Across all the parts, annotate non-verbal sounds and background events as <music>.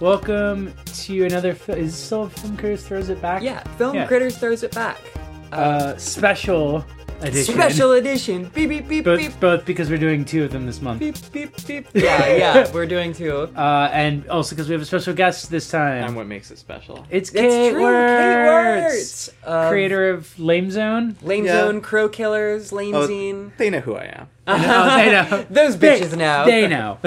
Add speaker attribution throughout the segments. Speaker 1: Welcome to another. Fi- is this still Film Critters throws it back?
Speaker 2: Yeah, Film
Speaker 1: Yeah.
Speaker 2: Critters throws it back.
Speaker 1: Uh, special edition.
Speaker 2: Special edition. Beep beep beep beep
Speaker 1: Both, both because we're doing two of them this month,
Speaker 2: beep
Speaker 1: <laughs>
Speaker 2: beep beep. Yeah, yeah, we're doing two.
Speaker 1: uh, and also because we have a special guest this
Speaker 3: And
Speaker 1: time.
Speaker 3: what makes it special?
Speaker 1: It's Kate
Speaker 2: It's true.
Speaker 1: Wertz,
Speaker 2: Words. Um,
Speaker 1: creator of Lame
Speaker 2: <laughs>
Speaker 1: Zone.
Speaker 2: Lame
Speaker 3: Yeah.
Speaker 2: Zone, Crow Killers, Lame
Speaker 3: Oh,
Speaker 2: Zine.
Speaker 3: They know who I am.
Speaker 1: Oh, they know.
Speaker 2: Those
Speaker 1: They-
Speaker 2: bitches know.
Speaker 1: <laughs> They know.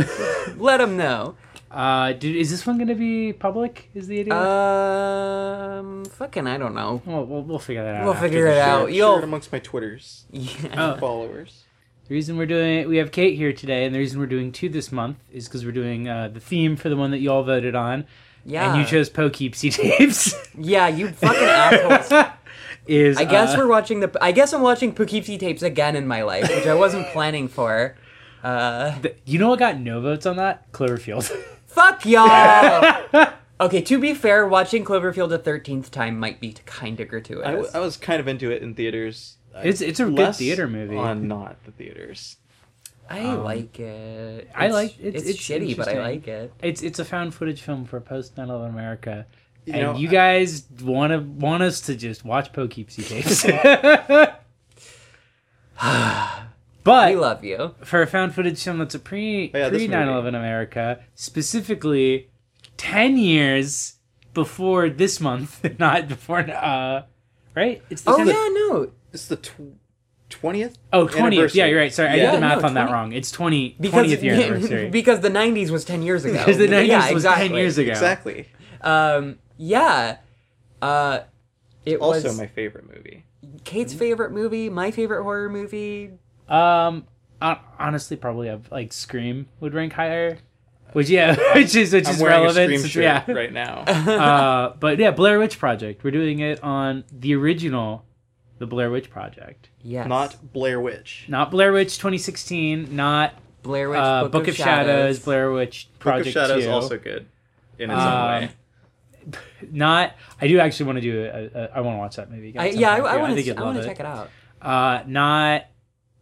Speaker 2: <laughs> Let them know.
Speaker 1: Uh, dude, is this one going to be public? Is the idea?
Speaker 2: Uh, Um, fucking, I don't know. <laughs>
Speaker 1: well, we'll, we'll figure that out.
Speaker 2: We'll
Speaker 1: after
Speaker 2: figure
Speaker 1: the
Speaker 2: it
Speaker 1: show.
Speaker 2: out.
Speaker 3: Share- share
Speaker 2: you'll-
Speaker 3: it amongst my Twitters
Speaker 2: Yeah.
Speaker 1: Oh.
Speaker 3: followers.
Speaker 1: The reason we're doing it, we have Kate here today, and the reason we're doing two this month is because we're doing uh, the theme for the one that you all voted on,
Speaker 2: Yeah.
Speaker 1: and you chose Poughkeepsie Tapes.
Speaker 2: Yeah, you fucking <laughs> assholes.
Speaker 1: <laughs> is
Speaker 2: I guess
Speaker 1: uh,
Speaker 2: we're watching the. I guess I'm watching Poughkeepsie tapes again in my life, which I wasn't planning for. Uh,
Speaker 1: th- you know what got no votes on that?
Speaker 2: <laughs>
Speaker 1: Cloverfield.
Speaker 2: fuck
Speaker 1: <laughs>
Speaker 2: y'all. okay, to be fair, watching Cloverfield a thirteenth time might be kind of gratuitous.
Speaker 3: I, w- I was kind of into it in theaters. I-
Speaker 1: It's- it's a good
Speaker 3: less
Speaker 1: theater movie.
Speaker 3: On not the theaters.
Speaker 2: I like it.
Speaker 1: um, I
Speaker 2: It's-
Speaker 1: like- it's-
Speaker 2: it's,
Speaker 1: it's
Speaker 2: shitty, but I
Speaker 1: interesting.
Speaker 2: like it.
Speaker 1: it's it's a found footage film for post 9/11 America.
Speaker 3: You
Speaker 1: and
Speaker 3: know,
Speaker 1: you
Speaker 3: I-
Speaker 1: guys want to want us to just watch Poughkeepsie Tapes.
Speaker 2: <laughs>
Speaker 1: <laughs>
Speaker 2: We
Speaker 1: but
Speaker 2: love you.
Speaker 1: for a found footage film that's a pre
Speaker 3: Oh, yeah, this
Speaker 1: pre 9/11 America, specifically 10 years before this month, <laughs> not before uh right? It's the
Speaker 2: Oh
Speaker 1: 10th
Speaker 2: yeah, no,
Speaker 3: It's the tw- 20th?
Speaker 1: Oh, 20th. Yeah, you're right. Sorry, I did
Speaker 3: Yeah,
Speaker 1: the math
Speaker 2: no,
Speaker 1: on that
Speaker 2: 20
Speaker 1: wrong. It's 20
Speaker 2: because
Speaker 1: 20th
Speaker 2: <laughs>
Speaker 1: year anniversary.
Speaker 2: because the '90s was ten years ago.
Speaker 1: Because the 90s
Speaker 2: yeah,
Speaker 1: was
Speaker 2: exactly.
Speaker 1: 10 years ago.
Speaker 3: Exactly.
Speaker 2: Um, yeah. Uh, it
Speaker 3: Also,
Speaker 2: was
Speaker 3: my favorite movie.
Speaker 2: Kate's favorite movie, my favorite horror movie.
Speaker 1: Um, hon- honestly, probably uh, like Scream would rank higher. Which yeah, <laughs> which is which
Speaker 3: I'm
Speaker 1: is
Speaker 3: wearing
Speaker 1: relevant.
Speaker 3: a
Speaker 1: since-
Speaker 3: Scream shirt
Speaker 1: yeah,
Speaker 3: right now.
Speaker 1: <laughs> uh, but yeah, Blair Witch Project. We're doing it on the original, the Blair Witch Project,
Speaker 2: Yes.
Speaker 3: Not Blair Witch.
Speaker 1: not Blair Witch 2016, not
Speaker 2: Blair Witch
Speaker 1: uh,
Speaker 2: Book, of, Shadows.
Speaker 1: Blair Witch
Speaker 3: Book
Speaker 1: Project
Speaker 3: of Shadows
Speaker 1: 2,
Speaker 3: also good in its
Speaker 1: Um,
Speaker 3: own way.
Speaker 1: not. I do actually want to do. A, a, a, I want to watch that movie.
Speaker 2: I,
Speaker 1: again
Speaker 2: yeah, I,
Speaker 1: sometime,
Speaker 2: I
Speaker 1: too.
Speaker 2: want
Speaker 1: think
Speaker 2: to.
Speaker 1: you'd
Speaker 2: I
Speaker 1: love
Speaker 2: want to check it out.
Speaker 1: Uh, not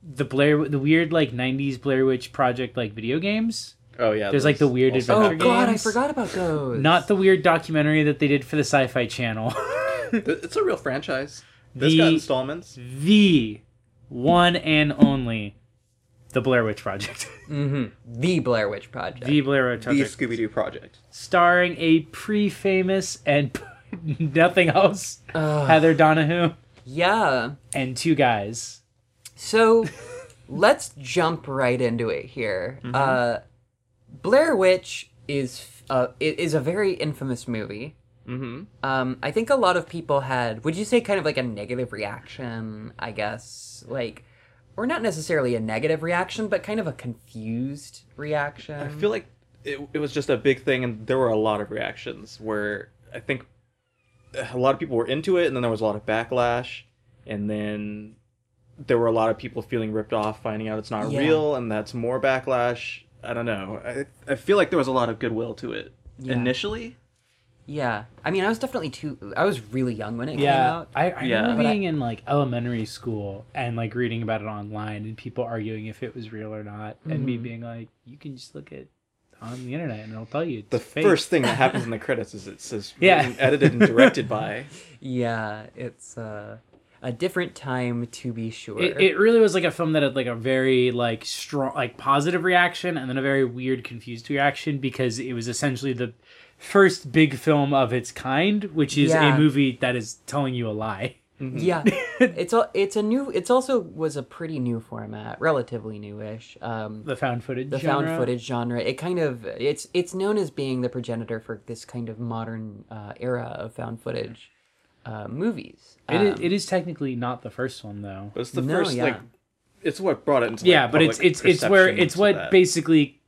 Speaker 1: the Blair, the weird like '90s Blair Witch Project like video games.
Speaker 3: Oh yeah.
Speaker 1: there's, like, the
Speaker 3: those
Speaker 1: weird
Speaker 3: also
Speaker 2: Oh
Speaker 1: adventure
Speaker 3: have-
Speaker 1: game.
Speaker 2: God, I
Speaker 1: games.
Speaker 2: forgot about those.
Speaker 1: Not the weird documentary that they did for the Sci Fi Channel. <laughs>
Speaker 3: Th- It's a real franchise. This
Speaker 1: The-
Speaker 3: got installments.
Speaker 1: the one and only The Blair Witch Project. <laughs>
Speaker 2: hmm the Blair Witch Project.
Speaker 1: the Blair Witch
Speaker 3: The
Speaker 1: Project.
Speaker 3: Scooby Doo Project.
Speaker 1: Starring a pre famous and <laughs> nothing else
Speaker 2: Ugh.
Speaker 1: Heather Donahue
Speaker 2: yeah.
Speaker 1: and two guys.
Speaker 2: So, let's jump right into it here. Uh, Blair Witch is uh, it is a very infamous movie.
Speaker 3: Mm-hmm.
Speaker 2: Um, I think a lot of people had, would you say, kind of like a negative reaction, I guess? Like, or not necessarily a negative reaction, but kind of a confused reaction.
Speaker 3: I feel like it, it was just a big thing, and there were a lot of reactions where I think a lot of people were into it, and then there was a lot of backlash, and then there were a lot of people feeling ripped off, finding out it's not
Speaker 2: Yeah.
Speaker 3: real, and that's more backlash. I don't know. I, I feel like there was a lot of goodwill to it
Speaker 2: Yeah.
Speaker 3: initially.
Speaker 2: Yeah. I mean, I was definitely too, I was really young when it came
Speaker 1: Yeah,
Speaker 2: out.
Speaker 1: I, I
Speaker 3: Yeah.
Speaker 1: remember
Speaker 2: But I-
Speaker 1: being in like elementary school and like reading about it online and people arguing if it was real or not, and
Speaker 2: Mm-hmm.
Speaker 1: me being like, "You can just look at on the internet and it'll tell you." It's
Speaker 3: The
Speaker 1: fake.
Speaker 3: first thing that happens in the credits is it says
Speaker 1: Yeah.
Speaker 3: written, edited and directed
Speaker 1: <laughs>
Speaker 3: by.
Speaker 2: Yeah, it's uh, a different time to be sure.
Speaker 1: it, it really was like a film that had like a very like strong like positive reaction and then a very weird confused reaction because it was essentially the first big film of its kind which is
Speaker 2: Yeah.
Speaker 1: a movie that is telling you a lie <laughs>
Speaker 2: yeah. it's a, it's a new, it's also was a pretty new format, relatively newish. Um,
Speaker 1: the found footage
Speaker 2: the
Speaker 1: genre.
Speaker 2: found footage genre it kind of it's it's known as being the progenitor for this kind of modern uh, era of found footage uh, movies
Speaker 1: it is,
Speaker 2: Um,
Speaker 1: it is technically not the first one though
Speaker 3: But it's the
Speaker 2: No,
Speaker 3: first
Speaker 2: yeah.
Speaker 3: like. It's what brought it into. like,
Speaker 1: yeah but it's
Speaker 3: public
Speaker 1: it's it's where
Speaker 3: perception
Speaker 1: it's
Speaker 3: to
Speaker 1: what
Speaker 3: that.
Speaker 1: basically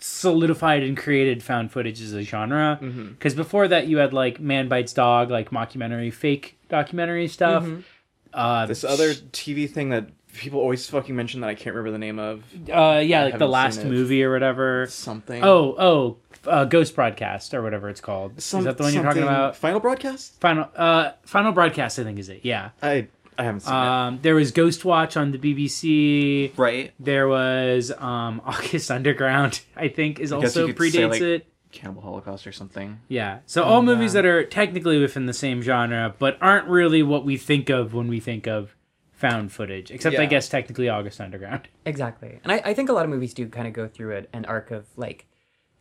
Speaker 1: solidified and created found footage as a genre
Speaker 3: Mm-hmm.
Speaker 1: because before that you had like man bites dog like mockumentary fake documentary stuff uh
Speaker 3: Mm-hmm. This other TV thing that people always fucking mention that I can't remember the name of.
Speaker 1: uh yeah like the
Speaker 3: haven't
Speaker 1: last
Speaker 3: seen it.
Speaker 1: movie or whatever
Speaker 3: Something.
Speaker 1: oh oh uh, ghost broadcast or whatever it's called
Speaker 3: Some-
Speaker 1: is that the one you're talking
Speaker 3: something-
Speaker 1: about
Speaker 3: Final broadcast?
Speaker 1: final uh final broadcast i think is it yeah
Speaker 3: I I haven't seen it.
Speaker 1: um there was ghost watch on the bbc
Speaker 3: Right.
Speaker 1: there was um <laughs> august underground i think is
Speaker 3: guess you
Speaker 1: also
Speaker 3: could say,
Speaker 1: predates
Speaker 3: like,
Speaker 1: it
Speaker 3: Cannibal Holocaust or something.
Speaker 1: Yeah. So
Speaker 2: Oh,
Speaker 1: all movies that are technically within the same genre, but aren't really what we think of when we think of found footage. Except I
Speaker 3: Yeah.
Speaker 1: guess technically August Underground.
Speaker 2: Exactly. And I, I think a lot of movies do kind of go through it, an arc of like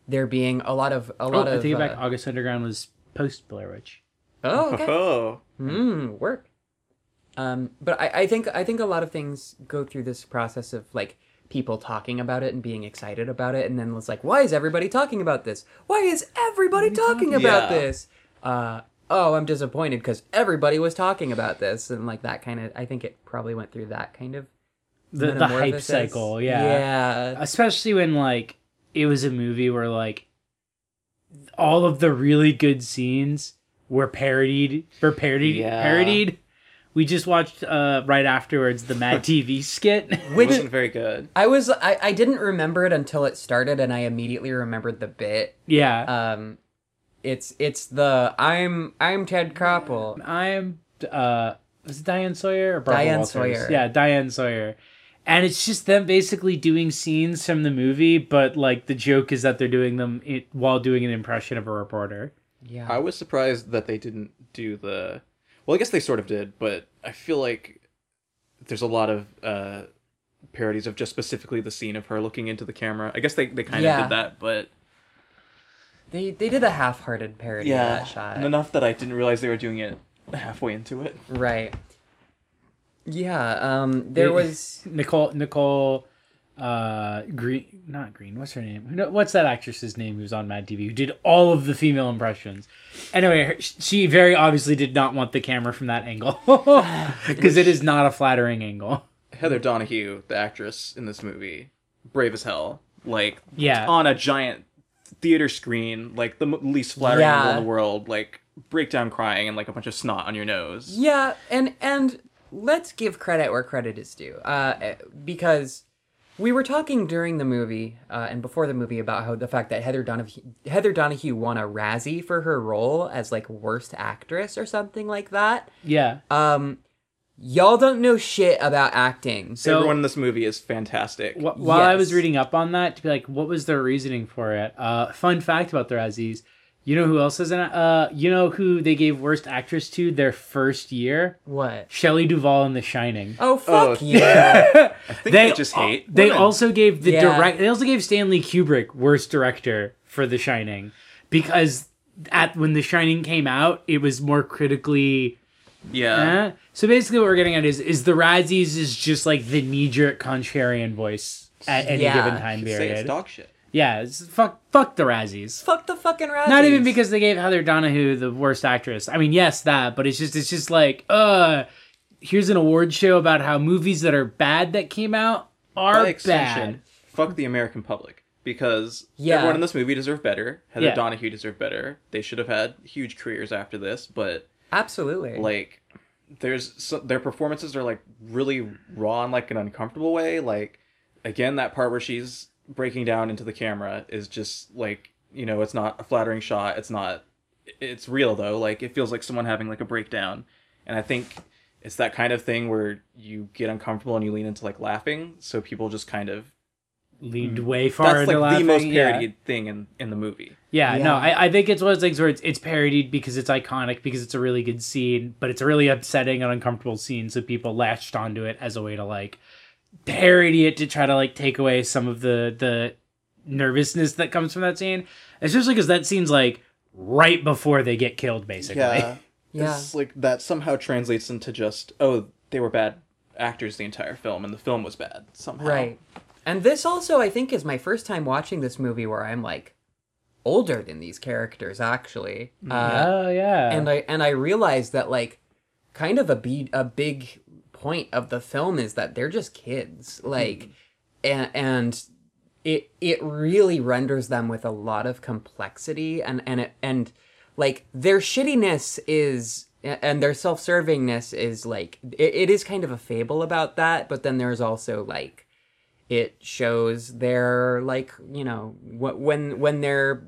Speaker 2: there being a lot of a
Speaker 1: Oh,
Speaker 2: lot
Speaker 1: I
Speaker 2: of
Speaker 1: take it back.
Speaker 2: uh,
Speaker 1: August Underground was post Blair Witch.
Speaker 2: Oh,
Speaker 1: <laughs>
Speaker 2: okay.
Speaker 3: Oh,
Speaker 2: Mm, work. Um, but I, I think I think a lot of things go through this process of like people talking about it and being excited about it, and then it's like, why is everybody talking about this? Why is everybody talking about
Speaker 3: Yeah.
Speaker 2: this? Uh, oh, I'm disappointed because everybody was talking about this, and like that kind of. I think it probably went through that kind of
Speaker 1: The the hype
Speaker 2: metamorphosis.
Speaker 1: cycle.
Speaker 2: Yeah.
Speaker 1: especially when like it was a movie where like all of the really good scenes were parodied were parodied
Speaker 3: Yeah.
Speaker 1: parodied we just watched uh right afterwards the mad
Speaker 2: <laughs>
Speaker 1: tv skit <laughs>
Speaker 3: it
Speaker 2: Which-
Speaker 3: wasn't very good.
Speaker 2: I was I, I didn't remember it until it started, and I immediately remembered the bit.
Speaker 1: yeah
Speaker 2: Um, it's it's the I'm I'm Ted Koppel.
Speaker 1: i'm uh was it diane sawyer or Barbara
Speaker 2: Diane
Speaker 1: Walters?
Speaker 2: Sawyer.
Speaker 1: yeah diane sawyer and it's just them basically doing scenes from the movie but like the joke is that they're doing them it, while doing an impression of a reporter
Speaker 2: Yeah.
Speaker 3: I was surprised that they didn't do the. Well, I guess they sort of did, but I feel like there's a lot of uh, parodies of just specifically the scene of her looking into the camera. I guess they, they kind
Speaker 2: Yeah.
Speaker 3: of did that, but
Speaker 2: They they did a half-hearted parody of that shot.
Speaker 3: enough that I didn't realize they were doing it halfway into it.
Speaker 2: Right. Yeah. Um. There
Speaker 1: Yeah.
Speaker 2: was.
Speaker 1: Nicole Nicole uh Green not Green, what's her name? No, what's that actress's name who's on Mad TV who did all of the female impressions? Anyway, her, she very obviously did not want the camera from that angle <laughs> because it is not a flattering angle.
Speaker 3: Heather Donahue, the actress in this movie, brave as hell. Like
Speaker 1: Yeah.
Speaker 3: on a giant theater screen, like the m- least flattering
Speaker 2: Yeah.
Speaker 3: angle in the world, like breakdown crying and like a bunch of snot on your nose.
Speaker 2: Yeah. And and let's give credit where credit is due. Uh, because we were talking during the movie uh, and before the movie about how the fact that Heather Donahue Heather Donahue won a Razzie for her role as like worst actress or something like that.
Speaker 1: Yeah.
Speaker 2: Um. Y'all don't know shit about acting.
Speaker 1: So-
Speaker 3: Everyone in this movie is fantastic.
Speaker 1: Wh- while I was
Speaker 2: Yes.
Speaker 1: reading up on that to be like, what was their reasoning for it? Uh, fun fact about the Razzies. You know who else is in? Uh, you know who they gave worst actress to their first year?
Speaker 2: What?
Speaker 1: Shelley Duvall in The Shining.
Speaker 2: Oh fuck
Speaker 3: Oh,
Speaker 2: you!
Speaker 3: I think they, just hate.
Speaker 1: They
Speaker 3: women.
Speaker 1: also gave the
Speaker 2: Yeah.
Speaker 1: direct. They also gave Stanley Kubrick worst director for The Shining because at when The Shining came out, it was more critically.
Speaker 3: yeah.
Speaker 1: eh. So basically, what we're getting at is is the Razzies is just like the knee jerk contrarian voice at any
Speaker 2: Yeah.
Speaker 1: given time
Speaker 3: You could say it's
Speaker 1: period.
Speaker 3: dog shit.
Speaker 1: yeah, it's, fuck fuck the Razzies.
Speaker 2: Fuck the fucking Razzies.
Speaker 1: Not even because they gave Heather Donahue the worst actress. I mean, yes, that, but it's just it's just like uh, here's an award show about how movies that are bad that came out are
Speaker 3: By
Speaker 1: bad.
Speaker 3: extension, fuck the American public because
Speaker 2: Yeah.
Speaker 3: everyone in this movie deserved better. Heather
Speaker 1: Yeah.
Speaker 3: Donahue deserved better. They should have had huge careers after this, but
Speaker 2: Absolutely.
Speaker 3: like there's so, their performances are like really raw in like an uncomfortable way like again that part where she's breaking down into the camera is just like you know it's not a flattering shot it's not it's real though like it feels like someone having like a breakdown and i think it's that kind of thing where you get uncomfortable and you lean into like laughing so people just kind of
Speaker 1: leaned way far
Speaker 3: Mm. that's
Speaker 1: into
Speaker 3: like
Speaker 1: laughing.
Speaker 3: the most
Speaker 1: yeah.
Speaker 3: parodied thing in in the movie
Speaker 1: Yeah, no,
Speaker 2: Yeah.
Speaker 1: I, I think it's one of those things where it's, it's parodied because it's iconic, because it's a really good scene, but it's a really upsetting and uncomfortable scene, so people latched onto it as a way to like parody it to try to like take away some of the the nervousness that comes from that scene, especially because that scene's like right before they get killed, basically.
Speaker 2: <laughs> yeah.
Speaker 3: It's like that somehow translates into just oh they were bad actors the entire film and the film was bad somehow.
Speaker 2: Right. And this also, I think, is my first time watching this movie where I'm like older than these characters actually. Uh,
Speaker 1: <laughs> oh yeah,
Speaker 2: And I and I realized that like kind of a be- a big point of the film is that they're just kids. Like, and, and it it really renders them with a lot of complexity and and it, and like their shittiness is and their self-servingness is like it, it is kind of a fable about that but then there's also like it shows their like you know wh- when when they're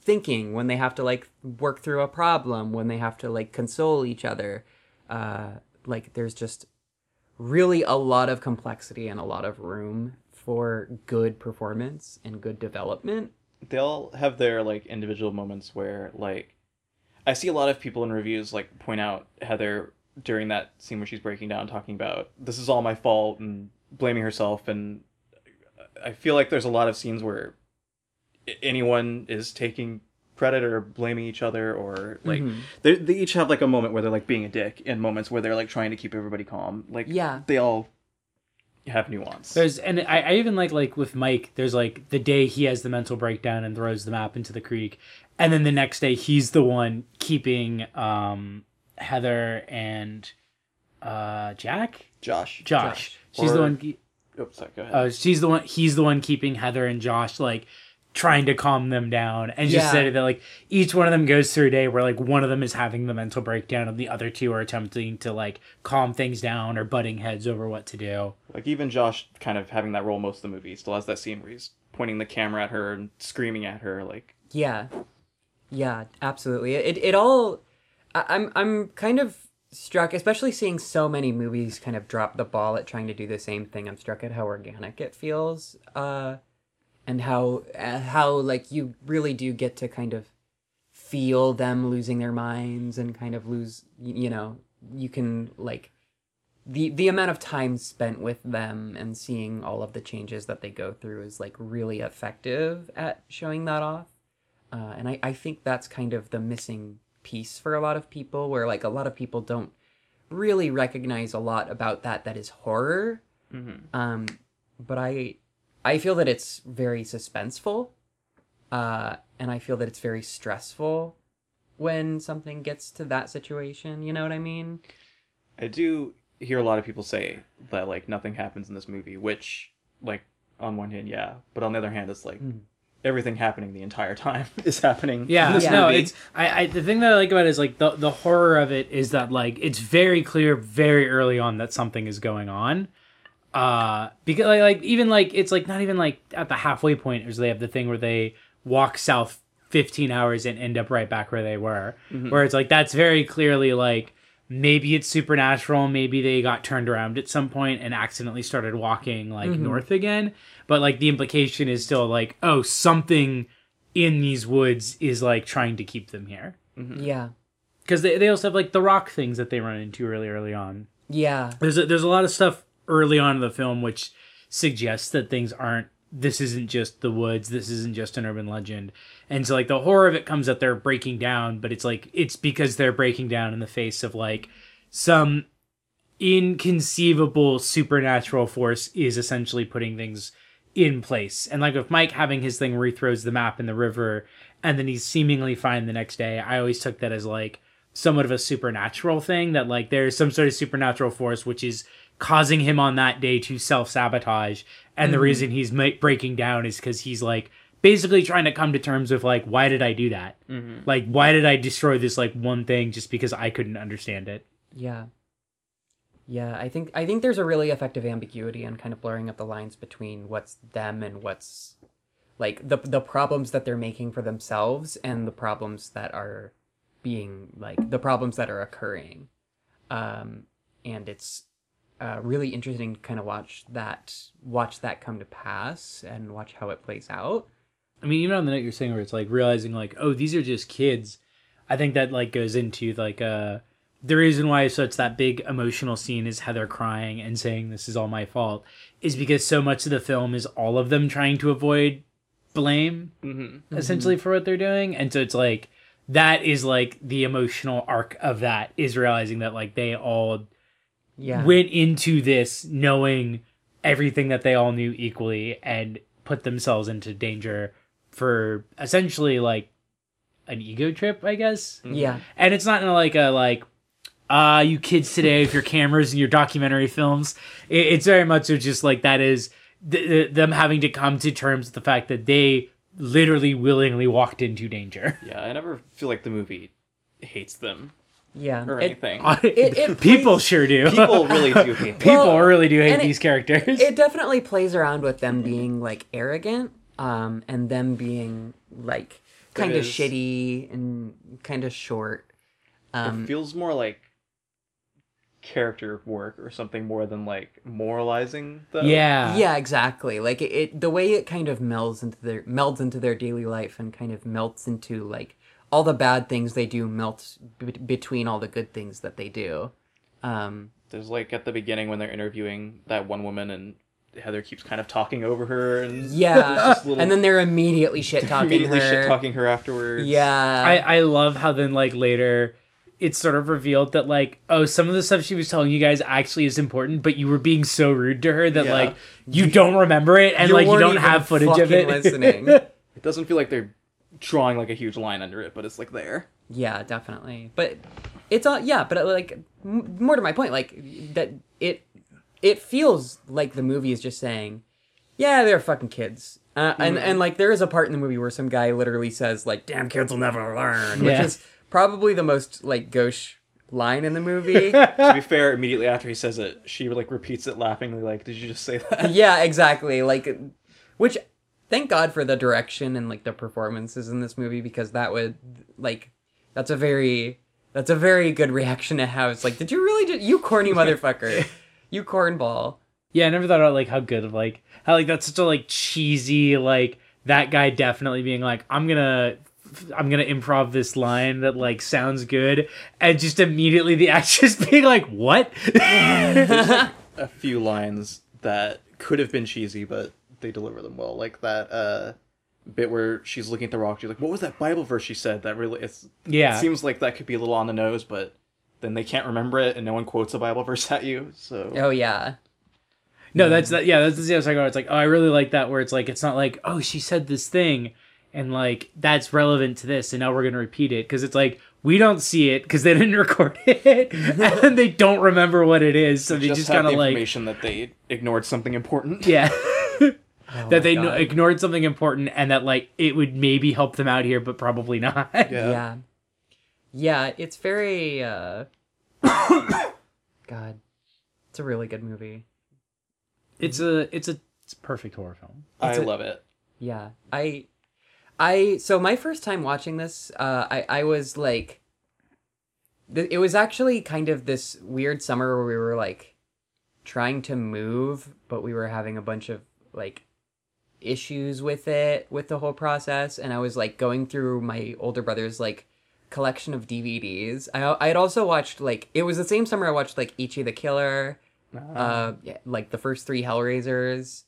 Speaker 2: thinking when they have to like work through a problem when they have to like console each other uh like there's just really a lot of complexity and a lot of room for good performance and good development
Speaker 3: they all have their like individual moments where like I see a lot of people in reviews like point out Heather during that scene where she's breaking down talking about this is all my fault and blaming herself and I feel like there's a lot of scenes where a- anyone is taking credit or blaming each other or like they they each have like a moment where they're like being a dick and moments where they're like trying to keep everybody calm like
Speaker 2: Yeah.
Speaker 3: they all have nuance
Speaker 1: There's and I, I even like like with Mike, there's like the day he has the mental breakdown and throws the map into the creek, and then the next day he's the one keeping um Heather and uh Jack?
Speaker 3: Josh
Speaker 1: Josh. She's
Speaker 3: Or-
Speaker 1: the one ke-
Speaker 3: oops sorry go ahead
Speaker 1: uh, she's the one he's the one keeping Heather and Josh like trying to calm them down and just
Speaker 2: Yeah.
Speaker 1: said that like each one of them goes through a day where like one of them is having the mental breakdown and the other two are attempting to like calm things down or butting heads over what to do.
Speaker 3: Like even Josh kind of having that role most of the movie still has that scene where he's pointing the camera at her and screaming at her like
Speaker 2: Yeah, yeah, absolutely. It it all. I, I'm I'm kind of struck, especially seeing so many movies kind of drop the ball at trying to do the same thing. I'm struck at how organic it feels, uh, and how uh, how like you really do get to kind of feel them losing their minds and kind of lose. y- You know, you can like. The, the amount of time spent with them and seeing all of the changes that they go through is like really effective at showing that off uh, and I, I think that's kind of the missing piece for a lot of people where like a lot of people don't really recognize a lot about that that is horror
Speaker 1: Mm-hmm.
Speaker 2: um, but i i feel that it's very suspenseful uh, and i feel that it's very stressful when something gets to that situation you know what i mean
Speaker 3: I do hear a lot of people say that like nothing happens in this movie, which like on one hand, yeah, but on the other hand, it's like everything happening the entire time <laughs> is happening. in
Speaker 1: Mm. Yeah,
Speaker 3: this
Speaker 1: no,
Speaker 3: movie.
Speaker 1: it's I, I the thing that I like about it is like the the horror of it is that like it's very clear very early on that something is going on. Uh because like, like even like it's like not even like at the halfway point is they have the thing where they walk south 15 hours and end up right back where they were. Where it's like that's very clearly like maybe it's supernatural, maybe they got turned around at some point and accidentally started walking like north again, but like the implication is still like oh something in these woods is like trying to keep them here
Speaker 2: yeah
Speaker 1: because they, they also have like the rock things that they run into really early on
Speaker 2: yeah
Speaker 1: there's a, there's a lot of stuff early on in the film which suggests that things aren't this isn't just the woods this isn't just an urban legend and so like the horror of it comes that they're breaking down but it's like it's because they're breaking down in the face of like some inconceivable supernatural force is essentially putting things in place and like with mike having his thing where he throws the map in the river and then he's seemingly fine the next day i always took that as like somewhat of a supernatural thing that like there's some sort of supernatural force which is causing him on that day to self-sabotage and the reason he's ma- breaking down is because he's like basically trying to come to terms with like why did i do that like why did i destroy this like one thing just because i couldn't understand it
Speaker 2: Yeah. Yeah, I think I think there's a really effective ambiguity and kind of blurring of the lines between what's them and what's like the the problems that they're making for themselves and the problems that are being like the problems that are occurring. Um and it's uh really interesting to kind of watch that watch that come to pass and watch how it plays out.
Speaker 1: I mean, even on the note you're saying where it's like realizing like, oh, these are just kids. I think that like goes into like uh the reason why such that big emotional scene is Heather crying and saying this is all my fault is because so much of the film is all of them trying to avoid blame essentially for what they're doing, and so it's like that is like the emotional arc of that is realizing that like they all
Speaker 2: Yeah.
Speaker 1: went into this knowing everything that they all knew equally and put themselves into danger for essentially like an ego trip, I guess.
Speaker 2: yeah.
Speaker 1: And it's not in like a like ah you kids today with your cameras and your documentary films. It, it's very much of just like that is th- th- them having to come to terms with the fact that they literally willingly walked into danger.
Speaker 3: yeah, I never feel like the movie hates them
Speaker 2: Yeah.
Speaker 3: or
Speaker 2: It-
Speaker 3: anything.
Speaker 2: <laughs> it
Speaker 1: people
Speaker 2: plays-
Speaker 1: sure do. <laughs> People,
Speaker 3: People really do hate them.
Speaker 2: Well,
Speaker 1: really do hate
Speaker 2: and it-
Speaker 1: these characters.
Speaker 2: it definitely plays around with them being like arrogant um and them being like kind of
Speaker 3: is-
Speaker 2: shitty and kind of short Um,
Speaker 3: it feels more like character work or something more than like moralizing. Though.
Speaker 1: yeah.
Speaker 2: yeah exactly like it, it the way it kind of melds into their melds into their daily life and kind of melts into like all the bad things they do melt b- between all the good things that they do um
Speaker 3: There's like at the beginning when they're interviewing that one woman and Heather keeps kind of talking over her and
Speaker 2: yeah
Speaker 3: <laughs> Just little-
Speaker 2: and then they're immediately shit talking
Speaker 3: immediately
Speaker 2: her
Speaker 3: shit talking her afterwards.
Speaker 1: I,
Speaker 2: yeah
Speaker 1: I love how then like later it's sort of revealed that like oh some of the stuff she was telling you guys actually is important but you were being so rude to her that
Speaker 3: Yeah.
Speaker 1: like you don't remember it and like you
Speaker 2: weren't
Speaker 1: don't
Speaker 2: even
Speaker 1: have footage of
Speaker 2: fucking
Speaker 1: it <laughs>
Speaker 2: listening
Speaker 3: It doesn't feel like they're drawing like a huge line under it, but it's
Speaker 2: <laughs>
Speaker 3: like there.
Speaker 2: Yeah, definitely. But it's all yeah, but uh, like m- more to my point, like that it it feels like the movie is just saying, yeah, they're fucking kids. Uh, and and like there is a part in the movie where some guy literally says like damn kids will never learn,
Speaker 1: Yeah.
Speaker 2: which is probably the most like gauche line in the movie.
Speaker 3: to be fair, immediately after he says it, she like repeats it laughingly, like, "Did you just say
Speaker 2: <laughs>
Speaker 3: that?"
Speaker 2: yeah, exactly. Like which thank God for the direction and like the performances in this movie because that would like that's a very that's a very good reaction to have. It's like, did you really just you <laughs> corny motherfucker. you cornball.
Speaker 1: yeah i never thought about like how good of like how like that's such a like cheesy like that guy definitely being like i'm gonna i'm gonna improv this line that like sounds good and just immediately the <laughs> actress being like what <laughs>
Speaker 3: a few lines that could have been cheesy, but they deliver them well, like that uh, bit where she's looking at the rock. She's like, "What was that Bible verse she said?" That really it's,
Speaker 1: yeah
Speaker 3: it seems like that could be a little on the nose, but then they can't remember it, and no one quotes a Bible verse at you. So
Speaker 2: Oh yeah.
Speaker 1: No, that's that. Yeah, that's the other side. where It's like, oh, I really like that. Where it's like, it's not like, oh, she said this thing, and like that's relevant to this, and now we're gonna repeat it because it's like we don't see it because they <laughs> didn't record
Speaker 3: <laughs>
Speaker 1: it, and they don't remember what it is, so they
Speaker 3: just,
Speaker 1: just
Speaker 3: have
Speaker 1: kind of
Speaker 3: the
Speaker 1: like,
Speaker 3: information that they ignored something
Speaker 1: <laughs>
Speaker 3: important. <laughs>
Speaker 1: yeah,
Speaker 3: Oh
Speaker 1: that they
Speaker 2: Oh my
Speaker 1: kno-
Speaker 2: God.
Speaker 1: ignored something important, and that like it would maybe help them out here, but probably <laughs> not.
Speaker 3: <laughs> Yeah.
Speaker 2: Yeah. Yeah, it's very uh <coughs> God. It's a really good movie.
Speaker 1: It's a it's a it's a perfect horror film.
Speaker 3: I
Speaker 2: It's a-
Speaker 3: love it.
Speaker 2: Yeah, I, I so my first time watching this, uh, I I was like, th- it was actually kind of this weird summer where we were like, trying to move, but we were having a bunch of like issues with it with the whole process and i was like going through my older brother's like collection of dvds i i had also watched like it was the same summer i watched like ichi the killer uh yeah, like the first three hellraisers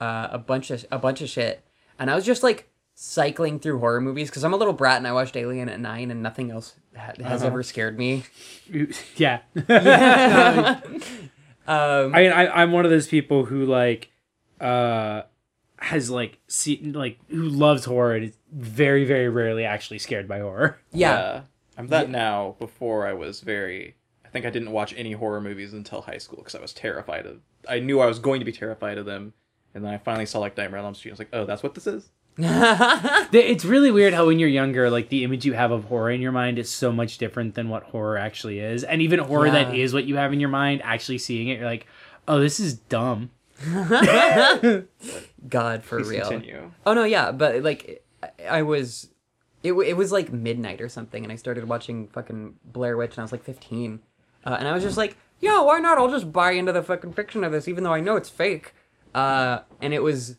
Speaker 2: uh a bunch of a bunch of shit and i was just like cycling through horror movies because i'm a little brat and i watched alien at nine and nothing else ha- has ever scared me
Speaker 1: <laughs> yeah.
Speaker 2: um
Speaker 1: I mean, I, I'm one of those people who like uh has like seen like who loves horror and is very very rarely actually scared by horror. <laughs>
Speaker 2: yeah
Speaker 3: Uh, I'm that now. Before I was very. I think I didn't watch any horror movies until high school because I was terrified of. I knew I was going to be terrified of them, and then I finally saw like Nightmare on Elm Street. I was like, oh, that's what this is.
Speaker 1: Th- It's really weird how when you're younger, like the image you have of horror in your mind is so much different than what horror actually is, and even horror that
Speaker 2: Yeah.
Speaker 1: is what you have in your mind, actually seeing it, you're like, oh, this is dumb.
Speaker 2: god for
Speaker 3: Please
Speaker 2: real
Speaker 3: continue.
Speaker 2: Oh no, yeah, but like I- I was, it w- it was like midnight or something, and I started watching fucking Blair Witch, and I was like fifteen, uh, and I was just like, yeah, why not? I'll just buy into the fucking fiction of this, even though I know it's fake. Uh, and it was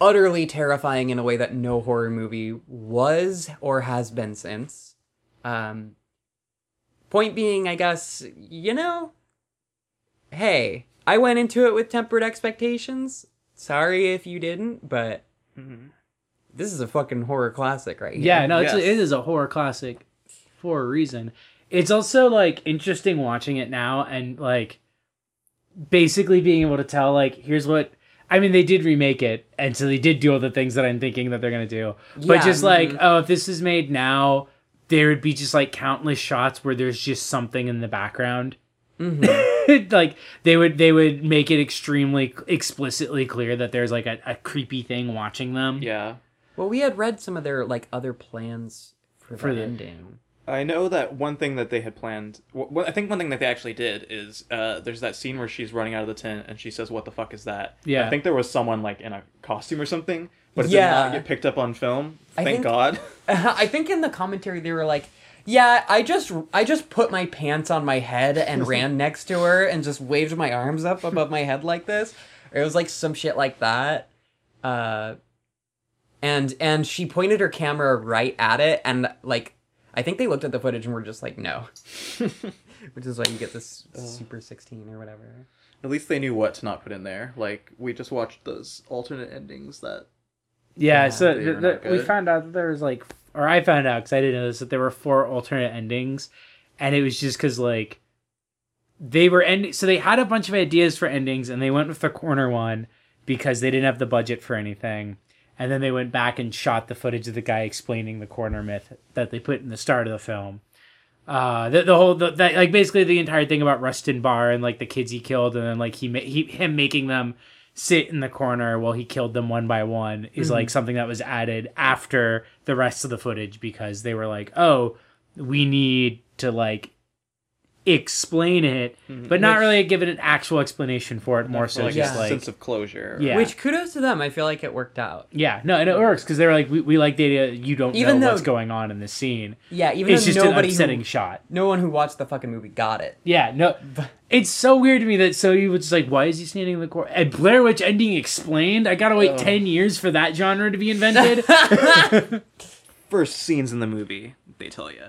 Speaker 2: utterly terrifying in a way that no horror movie was or has been since. Um, point being, I guess you know, hey, I went into it with tempered expectations. Sorry if you didn't, but
Speaker 3: Mm-hmm.
Speaker 2: this is a fucking horror classic right here.
Speaker 1: Yeah, no, it's
Speaker 3: Yes.
Speaker 1: it is a horror classic for a reason. It's also like interesting watching it now and like basically being able to tell like here's what I mean they did remake it and so they did do all the things that I'm thinking that they're gonna do. But
Speaker 2: Yeah,
Speaker 1: just like
Speaker 2: mhm.
Speaker 1: oh if this is made now there would be just like countless shots where there's just something in the background. <laughs>
Speaker 2: Mm-hmm.
Speaker 1: like they would they would make it extremely explicitly clear that there's like a, a creepy thing watching them.
Speaker 3: Yeah.
Speaker 2: Well, we had read some of their like other plans for,
Speaker 1: For
Speaker 2: the
Speaker 1: the-
Speaker 2: ending. <laughs>
Speaker 3: I know that one thing that they had planned. wh- wh- I think one thing that they actually did is uh, there's that scene where she's running out of the tent and she says, "What the fuck is that?"
Speaker 1: Yeah.
Speaker 3: I think there was someone like in a costume or something, but it did
Speaker 2: Yeah.
Speaker 3: not get picked up on film.
Speaker 2: I <laughs>
Speaker 3: Thank
Speaker 2: think-
Speaker 3: God. <laughs>
Speaker 2: I think in the commentary they were like, Yeah, I just I just put my pants on my
Speaker 1: <laughs>
Speaker 2: head and ran next to her and just waved my arms up above my head like this. Or it was like some shit like that. Uh and and she pointed her camera right at it and like I think they looked at the footage and were just like no. <laughs> Which is why you get this super 16 or whatever.
Speaker 3: At least they knew what to not put in there. Like we just watched those alternate endings that
Speaker 1: Yeah,
Speaker 2: Yeah,
Speaker 1: so
Speaker 3: they
Speaker 1: th
Speaker 3: were
Speaker 1: th-
Speaker 3: not
Speaker 1: we
Speaker 3: good.
Speaker 1: found out that there was like, or I found out because I didn't know this that there were four alternate endings, and it was just because like they were ending. So they had a bunch of ideas for endings, and they went with the corner one because they didn't have the budget for anything. And then they went back and shot the footage of the guy explaining the corner myth that they put in the start of the film. Uh, the, the whole the, that like basically the entire thing about Rustin Barr and like the kids he killed, and then like he ma- he him making them sit in the corner while he killed them one by one is like something that was added after the rest of the footage because they were like, oh, we need to like explain it, but not
Speaker 2: Which-
Speaker 1: really give it an actual explanation for it. More so,
Speaker 3: like
Speaker 1: just
Speaker 3: a
Speaker 1: like
Speaker 3: sense of closure.
Speaker 1: Yeah.
Speaker 2: Which kudos to them. I feel like it worked out.
Speaker 1: yeah, no, and it works because they're like, we, we like the idea that you don't
Speaker 2: Even
Speaker 1: know
Speaker 2: though-
Speaker 1: what's going on in this scene.
Speaker 2: Yeah, even
Speaker 1: it's
Speaker 2: though
Speaker 1: just an
Speaker 2: nobody
Speaker 1: upsetting
Speaker 2: who,
Speaker 1: shot.
Speaker 2: no one who watched the fucking movie got it.
Speaker 1: Yeah, no, it's so weird to me that so you was just like, why is he standing in the corner? And Blair Witch ending explained. I gotta wait ten years for that genre to be
Speaker 3: <laughs>
Speaker 1: invented.
Speaker 3: First scenes in the movie, they tell you.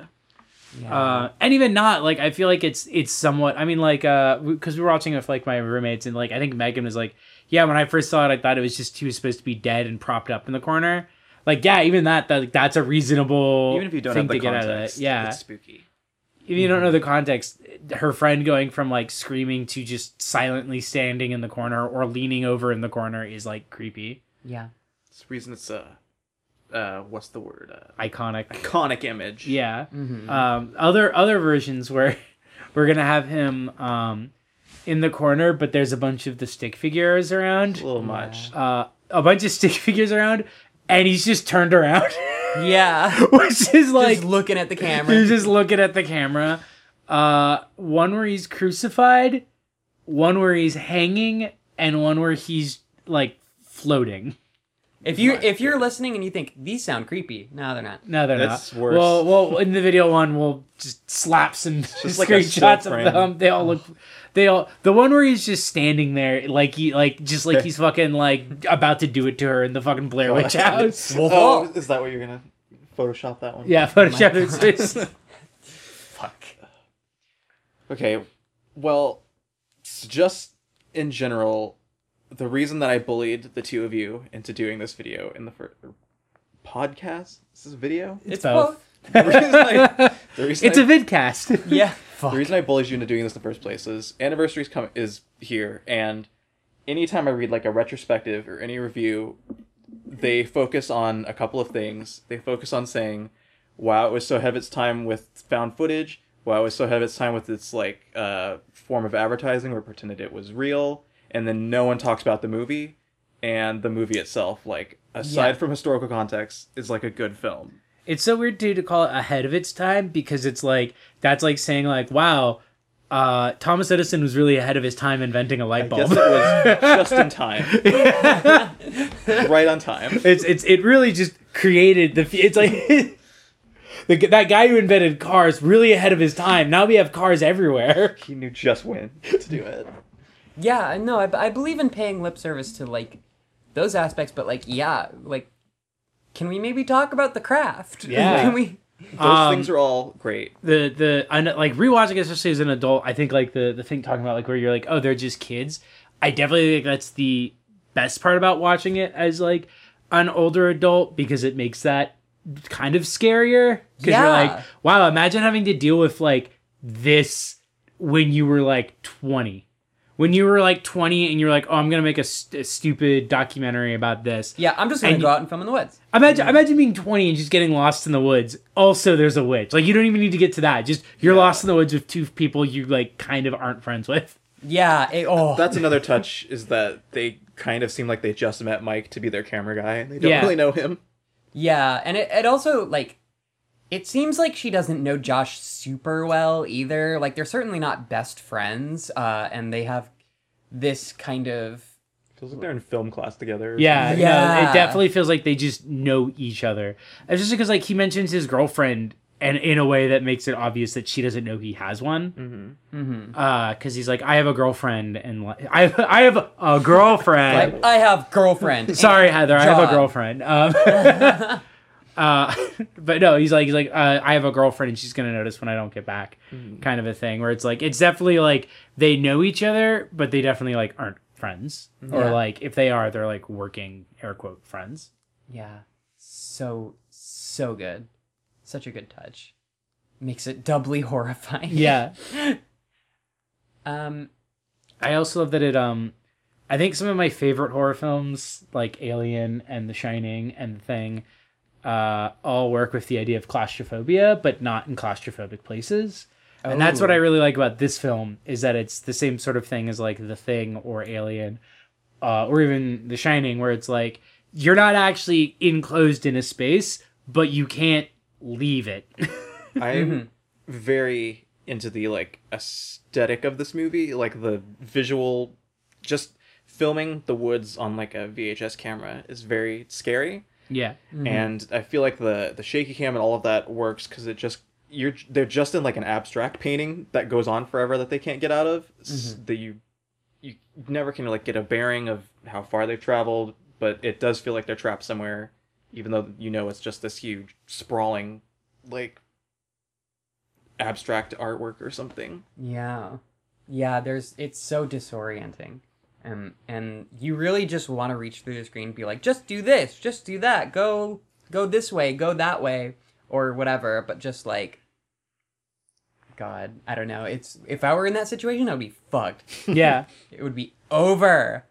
Speaker 1: uh, and even not like I feel like it's it's somewhat. I mean, like because we, 'cause we were watching it with like my roommates and like I think Megan was like, yeah, when I first saw it, I thought it was just he was supposed to be dead and propped up in the corner. Like yeah, even that, that that's a reasonable
Speaker 3: Even if you don't
Speaker 1: thing
Speaker 3: have
Speaker 1: to
Speaker 3: the
Speaker 1: get
Speaker 3: context,
Speaker 1: out of it. Yeah,
Speaker 3: it's spooky.
Speaker 1: if you don't know the context, her friend going from like screaming to just silently standing in the corner or leaning over in the corner is like creepy,
Speaker 2: Yeah.
Speaker 3: It's the reason it's uh, uh, what's the word? Uh,
Speaker 1: iconic.
Speaker 3: iconic image.
Speaker 1: Yeah.
Speaker 2: Mhm.
Speaker 1: Um, other other versions where <laughs> we're gonna have him um, in the corner, but there's a bunch of the stick figures
Speaker 3: a
Speaker 1: around,
Speaker 3: little much.
Speaker 1: uh, a bunch of stick <laughs> figures around, and he's just turned around, <laughs>
Speaker 2: Yeah.
Speaker 1: which is like
Speaker 2: just looking at the camera.
Speaker 1: He's just looking at the camera. Uh, one where he's crucified, one where he's hanging, and one where he's like floating. <laughs>
Speaker 2: If you if you're listening and you think these sound creepy, no, they're not.
Speaker 1: No, they're
Speaker 3: That's
Speaker 1: not.
Speaker 3: worse.
Speaker 1: Well, well, in the video one, we'll just slap some
Speaker 3: Just like a still
Speaker 1: screenshots
Speaker 3: frame.
Speaker 1: of them. They all look. They all the one where he's just standing there, like he, like just like he's fucking like about to do it to her in the fucking Blair Witch
Speaker 3: <laughs>
Speaker 1: house.
Speaker 2: Wolf
Speaker 3: Oh, is that what you're gonna Photoshop that one?
Speaker 1: Yeah, Photoshop his face.
Speaker 2: Fuck.
Speaker 3: Okay. Well, s- just in general, the reason that I bullied the two of you into doing this video in the first podcast, this is
Speaker 1: <laughs>
Speaker 3: a video.
Speaker 1: It's
Speaker 2: both.
Speaker 1: both.
Speaker 3: The reason I, the reason
Speaker 1: It's
Speaker 3: I-
Speaker 1: a
Speaker 3: <laughs>
Speaker 1: vidcast. <laughs>
Speaker 2: Yeah.
Speaker 3: the
Speaker 2: Fuck.
Speaker 3: reason I bullied you into doing this in the first place is anniversaries come is here, and anytime I read like a retrospective or any review, they focus on a couple of things. They focus on saying, "Wow, it was so ahead of its time with found footage. Wow, it was so ahead of its time with its like uh, form of advertising where it pretended it was real." And then no one talks about the movie and the movie itself. Like aside
Speaker 2: Yeah.
Speaker 3: from historical context, is like a good film.
Speaker 1: It's so weird too to call it ahead of its time because it's like that's like saying like wow, uh, Thomas Edison was really ahead of his time inventing a light
Speaker 3: Yes,
Speaker 1: bulb.
Speaker 3: it was <laughs> just in time, <laughs> right on time.
Speaker 1: <laughs> it's it's it really just created the f- it's like <laughs> the, g- that guy who invented cars really ahead of his time. Now we have cars everywhere. <laughs>
Speaker 3: He knew just when to do it.
Speaker 2: Yeah. No, I, I believe in paying lip service to like those aspects, but like, yeah, like, can we maybe talk about the craft? <laughs>
Speaker 1: Yeah.
Speaker 2: can we?
Speaker 3: Those
Speaker 1: Um,
Speaker 3: things are all great.
Speaker 1: The the I know, like rewatching it, especially as an adult, I think like the the thing talking about like where you're like oh they're just kids. I definitely think that's the best part about watching it as like an older adult because it makes that kind of scarier because
Speaker 2: Yeah.
Speaker 1: you're like wow imagine having to deal with like this when you were like 20 when you were like 20 and you're like oh i'm gonna make a, st- a stupid documentary about this
Speaker 2: Yeah, I'm just gonna
Speaker 1: And
Speaker 2: go
Speaker 1: you-
Speaker 2: out and film in the woods.
Speaker 1: imagine imagine being 20 and just getting lost in the woods also there's a witch like you don't even need to get to that just you're lost in the woods with two people you like kind of aren't friends with <laughs>
Speaker 2: Yeah. It, oh.
Speaker 3: That's another touch is that they kind of seem like they just met Mike to be their camera guy. and They don't
Speaker 1: Yeah.
Speaker 3: really know him.
Speaker 2: Yeah, and it, it also like it seems like she doesn't know Josh super well either. Like they're certainly not best friends, uh, and they have this kind of
Speaker 3: Feels like they're in film class together. or
Speaker 1: Yeah,
Speaker 3: something.
Speaker 1: yeah.
Speaker 2: Yeah.
Speaker 1: it definitely feels like they just know each other. Especially because like he mentions his girlfriend and in a way that makes it obvious that she doesn't know he has one.
Speaker 2: Mm-hmm.
Speaker 1: because he's like, I have a girlfriend, and like, I have, I have a girlfriend.
Speaker 2: Like, I have
Speaker 1: <laughs>
Speaker 2: girlfriend.
Speaker 1: Sorry, Heather, I have
Speaker 2: Job.
Speaker 1: a girlfriend. Um, <laughs> uh, <laughs> but no, he's like, he's like, uh, I have a girlfriend, and she's gonna notice when I don't get back, kind of a thing. Where it's like, it's definitely like they know each other, but they definitely like aren't friends, or
Speaker 2: Yeah.
Speaker 1: like if they are, they're like working air quote friends.
Speaker 2: Yeah. So so good. Such a good touch. Makes it doubly <laughs> horrifying.
Speaker 1: <laughs> Yeah.
Speaker 2: Um
Speaker 1: I also love that it um I think some of my favorite horror films like Alien and The Shining and The Thing uh all work with the idea of claustrophobia but not in claustrophobic places. And that's what
Speaker 2: Oh.
Speaker 1: I really like about this film is that it's the same sort of thing as like The Thing or Alien uh or even The Shining where it's like you're not actually enclosed in a space but you can't leave it. <laughs>
Speaker 3: I'm very into the like aesthetic of this movie, like the visual just filming the woods on like a VHS camera is very scary
Speaker 1: yeah.
Speaker 3: and I feel like the the shaky cam and all of that works cuz it just you're they're just in like an abstract painting that goes on forever that they can't get out of s-
Speaker 1: Mm-hmm.
Speaker 3: that you you never can like get a bearing of how far they've traveled, but it does feel like they're trapped somewhere even though you know it's just this huge sprawling like abstract artwork or something.
Speaker 2: Yeah. Yeah, there's it's so disorienting. Um and you really just want to reach through the screen and be like, just do this, just do that, go go this way, go that way, or whatever, but just like God, I don't know. It's if I were in that situation, I'd be fucked.
Speaker 1: <laughs> Yeah.
Speaker 2: It would be over.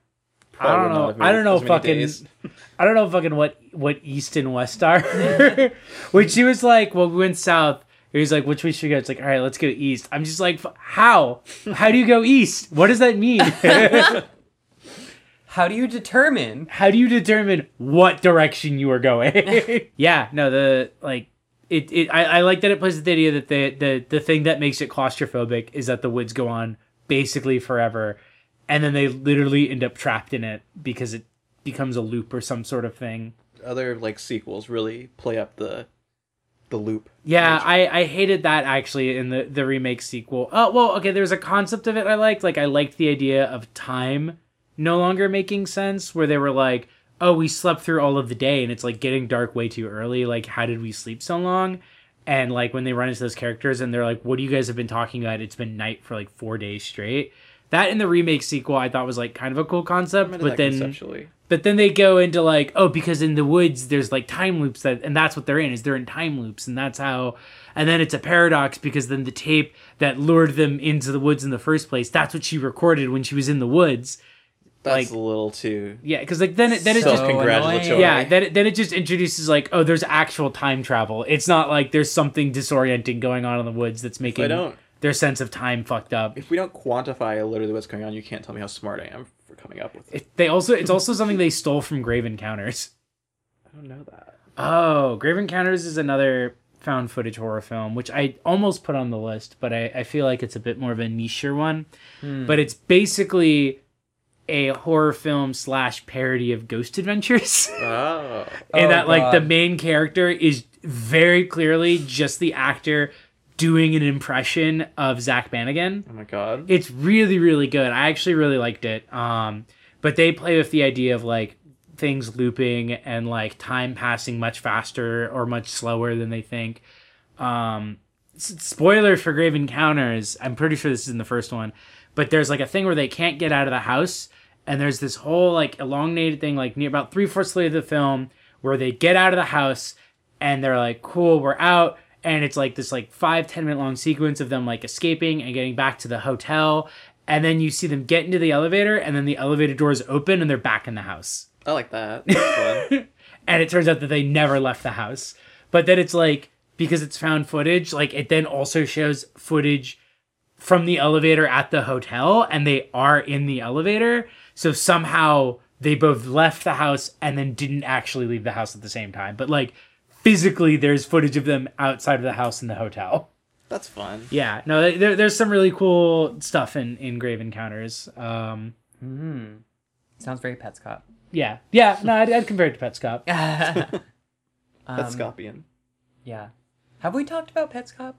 Speaker 1: I don't
Speaker 3: Probably
Speaker 1: know.
Speaker 3: not
Speaker 1: I don't know
Speaker 3: as many
Speaker 1: fucking.
Speaker 3: days. <laughs>
Speaker 1: I don't know fucking what what east and west are. <laughs> Which she was like, well, we went south. He was like, which way should we go? It's like, all right, let's go east. I'm just like, f- how? How do you go east? What does that mean? <laughs>
Speaker 2: How do you determine?
Speaker 1: how do you determine what direction you are going? <laughs> yeah, no, the like. It, it I, I like that it plays with the idea that the, the the thing that makes it claustrophobic is that the woods go on basically forever and then they literally end up trapped in it because it becomes a loop or some sort of thing
Speaker 3: other like sequels really play up the the loop.
Speaker 1: Yeah, I, I hated that actually in the, the remake sequel. Oh well, okay, there's a concept of it I liked. Like I liked the idea of time no longer making sense, where they were like, Oh, we slept through all of the day and it's like getting dark way too early, like how did we sleep so long? And like when they run into those characters and they're like, What do you guys have been talking about? It's been night for like four days straight. That in the remake sequel I thought was like kind of a cool concept,
Speaker 3: Remember
Speaker 1: but
Speaker 3: that
Speaker 1: then
Speaker 3: conceptually.
Speaker 1: but then they go into like, oh, because in the woods there's like time loops that, and that's what they're in is they're in time loops, and that's how. And then it's a paradox because then the tape that lured them into the woods in the first place, that's what she recorded when she was in the woods.
Speaker 3: That's
Speaker 1: like-
Speaker 3: a little too
Speaker 1: Yeah, because like then it then it
Speaker 2: So
Speaker 1: just
Speaker 3: congratulatory.
Speaker 2: annoying.
Speaker 1: yeah then it, then it just introduces like oh there's actual time travel. It's not like there's something disorienting going on in the woods that's making
Speaker 3: don't-
Speaker 1: their sense of time fucked up.
Speaker 3: if we don't quantify literally what's going on, you can't tell me how smart I am for coming up with it.
Speaker 1: It, they also it's also something they stole from Grave Encounters.
Speaker 3: I don't know that.
Speaker 1: Oh, Grave Encounters is another found footage horror film, which I almost put on the list, but I, I feel like it's a bit more of a nicher one.
Speaker 3: Hmm.
Speaker 1: But it's basically a horror film slash parody of Ghost Adventures.
Speaker 3: <laughs>
Speaker 1: <laughs>
Speaker 3: Oh,
Speaker 1: and
Speaker 2: Oh,
Speaker 1: that, like, the
Speaker 2: God.
Speaker 1: main character is very clearly just the actor doing an impression of Zach Bannigan.
Speaker 3: oh my god.
Speaker 1: It's really, really good. I actually really liked it. Um, but they play with the idea of like things looping and like time passing much faster or much slower than they think. Um, s- spoiler for Grave Encounters. I'm pretty sure this is in the first one, but there's like a thing where they can't get out of the house, and there's this whole like elongated thing like near about three fourths way of the film where they get out of the house and they're like, "Cool, we're out." And it's like this like five ten minute long sequence of them like escaping and getting back to the hotel, and then you see them get into the elevator, and then the elevator doors open and they're back in the house
Speaker 3: I like that. <laughs> That's fun.
Speaker 1: and it turns out that they never left the house. But then it's like because it's found footage, like it then also shows footage from the elevator at the hotel, and they are in the elevator. So somehow they both left the house and then didn't actually leave the house at the same time. But like physically, there's footage of them outside of the house in the hotel.
Speaker 3: That's fun.
Speaker 1: Yeah, no, there, there's some really cool stuff in in Grave Encounters. Um,
Speaker 2: Mm-hmm. Sounds very Pets Cop.
Speaker 1: yeah, yeah, no, I'd, I'd compare it to Pet Cop.
Speaker 2: yeah.
Speaker 3: That's Scorpion.
Speaker 2: How Um, Have we talked about Pets Cop?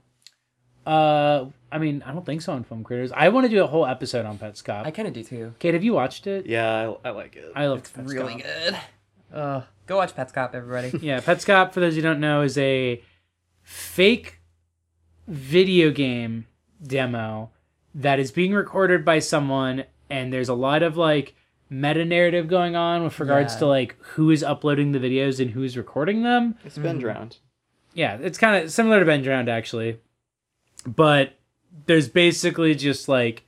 Speaker 1: Uh, I mean, I don't think so on Film Critters. I want to do a whole episode on Pet Cop.
Speaker 2: I kind of do too.
Speaker 1: Kate, have you watched it?
Speaker 3: Yeah, I, I like it.
Speaker 1: I love
Speaker 2: It's
Speaker 1: Pet
Speaker 2: really
Speaker 1: Cop.
Speaker 2: good. Uh, go watch Pets
Speaker 1: <laughs>
Speaker 2: Cop, everybody.
Speaker 1: Yeah, Pet Cop, for those who don't know, is a fake video game demo that is being recorded by someone, and there's a lot of like meta narrative going on with regards
Speaker 2: Yeah.
Speaker 1: to like who is uploading the videos and who's recording them.
Speaker 3: It's been drowned.
Speaker 1: yeah, it's kind of similar to Ben Drowned actually, but there's basically just like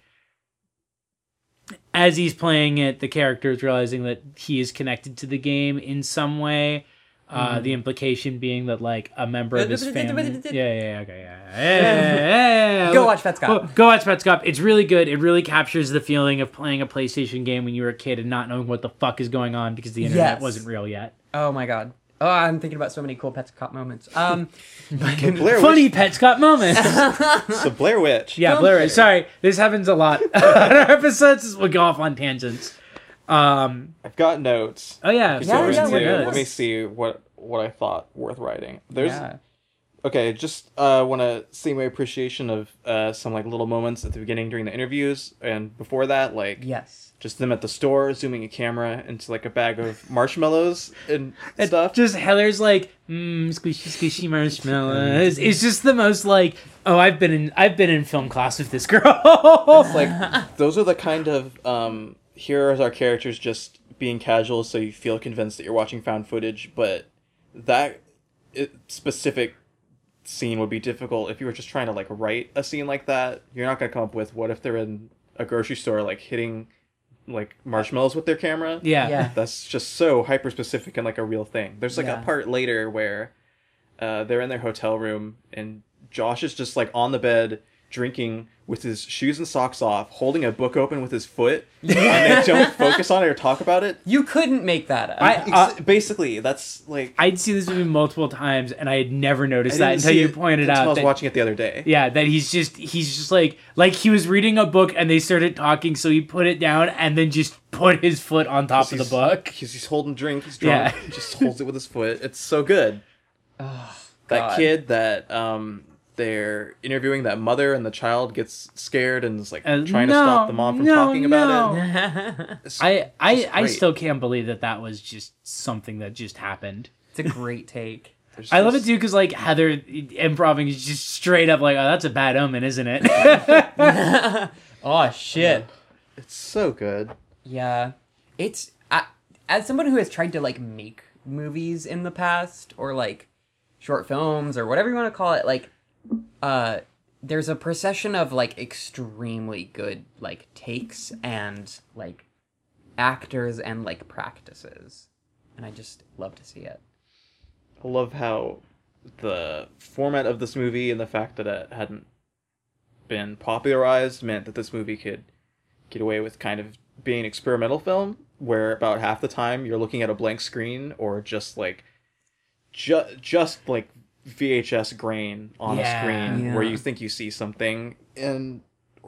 Speaker 1: as he's playing it, the character is realizing that he is connected to the game in some way.
Speaker 2: Mm-hmm.
Speaker 1: Uh, the implication being that like a member of
Speaker 2: <laughs>
Speaker 1: his family. yeah, yeah, yeah, okay, yeah, yeah, yeah, yeah, yeah.
Speaker 2: Go watch Pets Cop.
Speaker 1: Go, go watch Pets Cop. It's really good. It really captures the feeling of playing a PlayStation game when you were a kid and not knowing what the fuck is going on because the internet
Speaker 2: Yes.
Speaker 1: wasn't real yet.
Speaker 2: oh my god. Oh, I'm thinking about so many cool Pets Cop moments.
Speaker 1: <laughs>
Speaker 2: Um,
Speaker 3: Blair
Speaker 1: <laughs>
Speaker 3: Witch-
Speaker 1: Funny Pets Cop
Speaker 2: <laughs>
Speaker 1: moments.
Speaker 3: It's the Blair Witch.
Speaker 1: Yeah,
Speaker 2: Don't
Speaker 1: Blair.
Speaker 2: care.
Speaker 1: Witch. Sorry, this happens a lot <laughs> on our episodes. We'll go off on tangents. Um.
Speaker 3: I've got notes.
Speaker 1: Oh yeah.
Speaker 3: Just
Speaker 2: Yeah,
Speaker 3: over
Speaker 2: yeah,
Speaker 3: to-
Speaker 2: we're good.
Speaker 3: Let me see what what I thought worth writing. There's
Speaker 2: yeah.
Speaker 3: okay. Just uh, want to see my appreciation of uh, some like little moments at the beginning during the interviews and before that, like
Speaker 2: Yes.
Speaker 3: just them at the store zooming a camera into like a bag of marshmallows and
Speaker 1: It's
Speaker 3: stuff.
Speaker 1: Just Heller's like, mm, squishy, squishy marshmallows. It's just the most like, oh, I've been in, I've been in film class with this girl. <laughs>
Speaker 3: It's like those are the kind of um, here is our characters just being casual, so you feel convinced that you're watching found footage, but that it, specific scene would be difficult if you were just trying to like write a scene like that. You're not gonna come up with what if they're in a grocery store like hitting like marshmallows with their camera.
Speaker 1: yeah.
Speaker 2: Yeah.
Speaker 3: That's just so hyper specific and like a real thing. There's like
Speaker 2: Yeah.
Speaker 3: a part later where uh, they're in their hotel room and Josh is just like on the bed drinking with his shoes and socks off, holding a book open with his
Speaker 1: <laughs>
Speaker 3: foot, and they don't focus on it or talk about it.
Speaker 2: You couldn't make that up.
Speaker 1: I-
Speaker 3: Ex-
Speaker 1: uh,
Speaker 3: basically, that's like
Speaker 1: I'd seen this movie multiple times, and I had never noticed
Speaker 3: I
Speaker 1: that
Speaker 3: didn't
Speaker 1: until
Speaker 3: see
Speaker 1: you
Speaker 3: it
Speaker 1: pointed
Speaker 3: until I
Speaker 1: out.
Speaker 3: was
Speaker 1: That,
Speaker 3: watching it the other day.
Speaker 1: yeah, that he's just he's just like like he was reading a book and they started talking, so he put it down and then just put his foot on top of the
Speaker 3: He's-
Speaker 1: book.
Speaker 3: He's, he's holding drink. He's drunk.
Speaker 1: Yeah.
Speaker 3: he just holds it with his foot. It's so good. that
Speaker 2: God.
Speaker 3: kid that um they're interviewing that mother and the child gets scared and is like
Speaker 1: Uh,
Speaker 3: trying to
Speaker 1: no,
Speaker 3: stop the mom from
Speaker 1: no,
Speaker 3: talking about
Speaker 1: no.
Speaker 3: it.
Speaker 2: it's
Speaker 3: It's
Speaker 1: I I,
Speaker 3: just
Speaker 1: I
Speaker 3: great.
Speaker 1: still can't believe that that was just something that just happened.
Speaker 2: a great take.
Speaker 3: There's
Speaker 1: I love it
Speaker 3: just-
Speaker 1: too because like Heather improving is just straight up like, oh, that's a bad omen, isn't
Speaker 3: <laughs>
Speaker 1: it?
Speaker 2: Oh shit.
Speaker 3: It's so good.
Speaker 2: Yeah, it's I, as someone who has tried to like make movies in the past or like short films or whatever you want to call it, like uh there's a procession of like extremely good like takes and like actors and like practices. And I just love to see it.
Speaker 3: I love how the format of this movie and the fact that it hadn't been popularized meant that this movie could get away with kind of being an experimental film where about half the time you're looking at a blank screen or just like ju- just like VHS grain on
Speaker 1: Yeah.
Speaker 3: a screen where
Speaker 2: Yeah.
Speaker 3: you think you see something and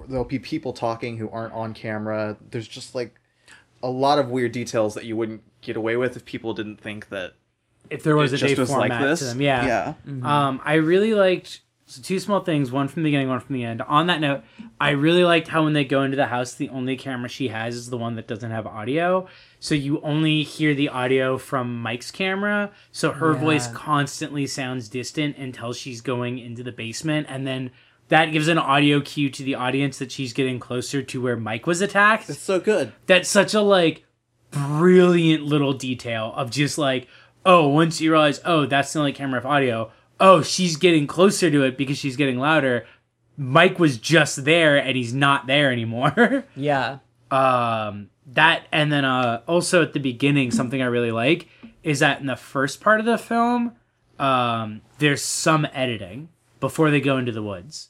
Speaker 3: there'll be people talking who aren't on camera there's just like a lot of weird details that you wouldn't get away with if people didn't think that
Speaker 1: if there was
Speaker 3: it
Speaker 1: a day
Speaker 3: just was
Speaker 1: format
Speaker 3: like this
Speaker 1: to them, yeah.
Speaker 3: yeah
Speaker 1: Um, I really liked so two small things, one from the beginning, one from the end. On that note, I really liked how when they go into the house, the only camera she has is the one that doesn't have audio. So you only hear the audio from Mike's camera. So her voice
Speaker 2: Yeah.
Speaker 1: constantly sounds distant until she's going into the basement and then that gives an audio cue to the audience that she's getting closer to where Mike was attacked
Speaker 3: It's so good.
Speaker 1: that's such a like brilliant little detail of just like oh once you realize oh that's the only camera of audio oh she's getting closer to it because she's getting louder mike was just there and he's not there anymore <laughs>
Speaker 2: Yeah.
Speaker 1: um that and then uh also at the beginning something i really like is that in the first part of the film um there's some editing before they go into the woods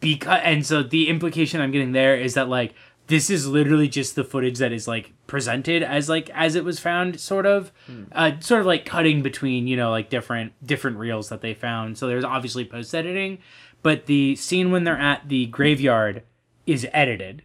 Speaker 1: because and so the implication i'm getting there is that like this is literally just the footage that is like presented as like as it was found sort of uh sort of like cutting between you know like different different reels that they found so there's obviously post editing but the scene when they're at the graveyard is edited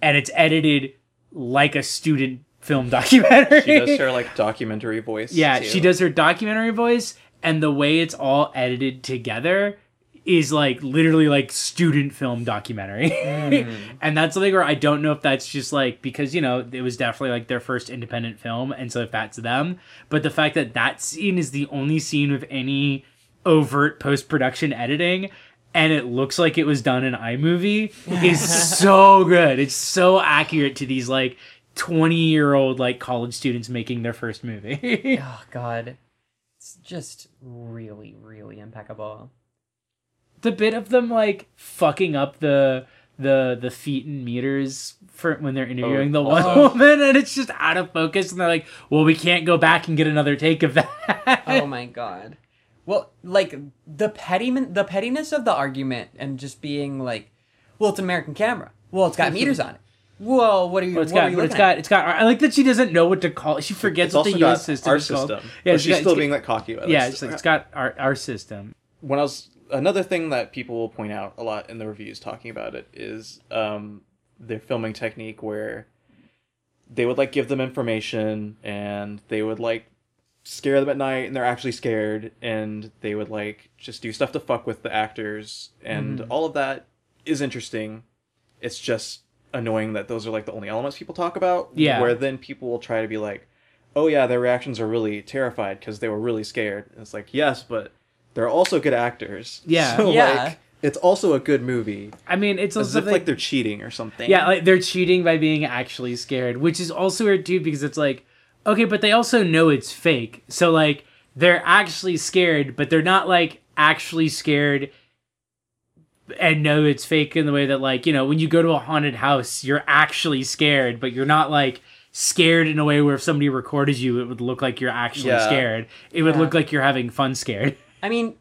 Speaker 1: and it's edited like a student film <laughs> documentary
Speaker 3: She does her like documentary voice.
Speaker 1: yeah
Speaker 3: too.
Speaker 1: she does her documentary voice and the way it's all edited together is like literally like student film documentary.
Speaker 3: Mm-hmm.
Speaker 1: <laughs> and that's something where I don't know if that's just like because you know it was definitely like their first independent film and so if that's them, but the fact that that scene is the only scene with any overt post-production editing and it looks like it was done in iMovie is
Speaker 3: <laughs>
Speaker 1: so good. It's so accurate to these like 20-year-old like college students making their first movie. <laughs>
Speaker 2: Oh god. It's just really, really impeccable.
Speaker 1: the bit of them like fucking up the the the feet and meters for when they're interviewing the one
Speaker 2: oh.
Speaker 1: woman and it's just out of focus and they're like well we can't go back and get another take of that
Speaker 2: oh my god. Well, like the pettiman the pettiness of the argument and just being like, well, it's an American camera. Well,
Speaker 1: <laughs>
Speaker 2: it's got meters on it. Whoa, what are
Speaker 1: <laughs>
Speaker 2: you?
Speaker 1: But it's
Speaker 2: what are
Speaker 1: got,
Speaker 2: you
Speaker 1: but
Speaker 2: looking
Speaker 1: it's
Speaker 2: at?
Speaker 1: got, it's got. I like that she doesn't know what to call. She forgets
Speaker 3: It's
Speaker 1: what
Speaker 3: also
Speaker 1: the
Speaker 3: got
Speaker 1: U.S. system
Speaker 3: our
Speaker 1: is called.
Speaker 3: system.
Speaker 1: Yeah,
Speaker 3: Yeah,
Speaker 1: she
Speaker 3: she's
Speaker 1: got-
Speaker 3: still
Speaker 1: it's-
Speaker 3: being like cocky about it.
Speaker 1: Yeah, it's, like, it's got our our system.
Speaker 3: when I was another thing that people will point out a lot in the reviews talking about it is um, their filming technique where they would like give them information and they would like scare them at night and they're actually scared and they would like just do stuff to fuck with the actors and
Speaker 1: Mm-hmm.
Speaker 3: all of that is interesting. It's just annoying that those are like the only elements people talk about.
Speaker 1: Yeah.
Speaker 3: Where then people will try to be like, oh yeah, their reactions are really terrified because they were really scared. And it's like, yes, but they're also good actors. <laughs>
Speaker 1: Yeah.
Speaker 3: So
Speaker 2: Yeah.
Speaker 3: like it's also a good movie.
Speaker 1: I mean, it's
Speaker 3: As
Speaker 1: also
Speaker 3: if like they're cheating or something.
Speaker 1: Yeah, like they're cheating by being actually scared, which is also weird too because it's like, okay, but they also know it's fake. So like they're actually scared, but they're not like actually scared and know it's fake in the way that like, you know, when you go to a haunted house, you're actually scared, but you're not like scared in a way where if somebody recorded you, it would look like you're actually
Speaker 3: Yeah.
Speaker 1: scared. It would
Speaker 2: Yeah.
Speaker 1: look like you're having fun scared.
Speaker 2: I mean,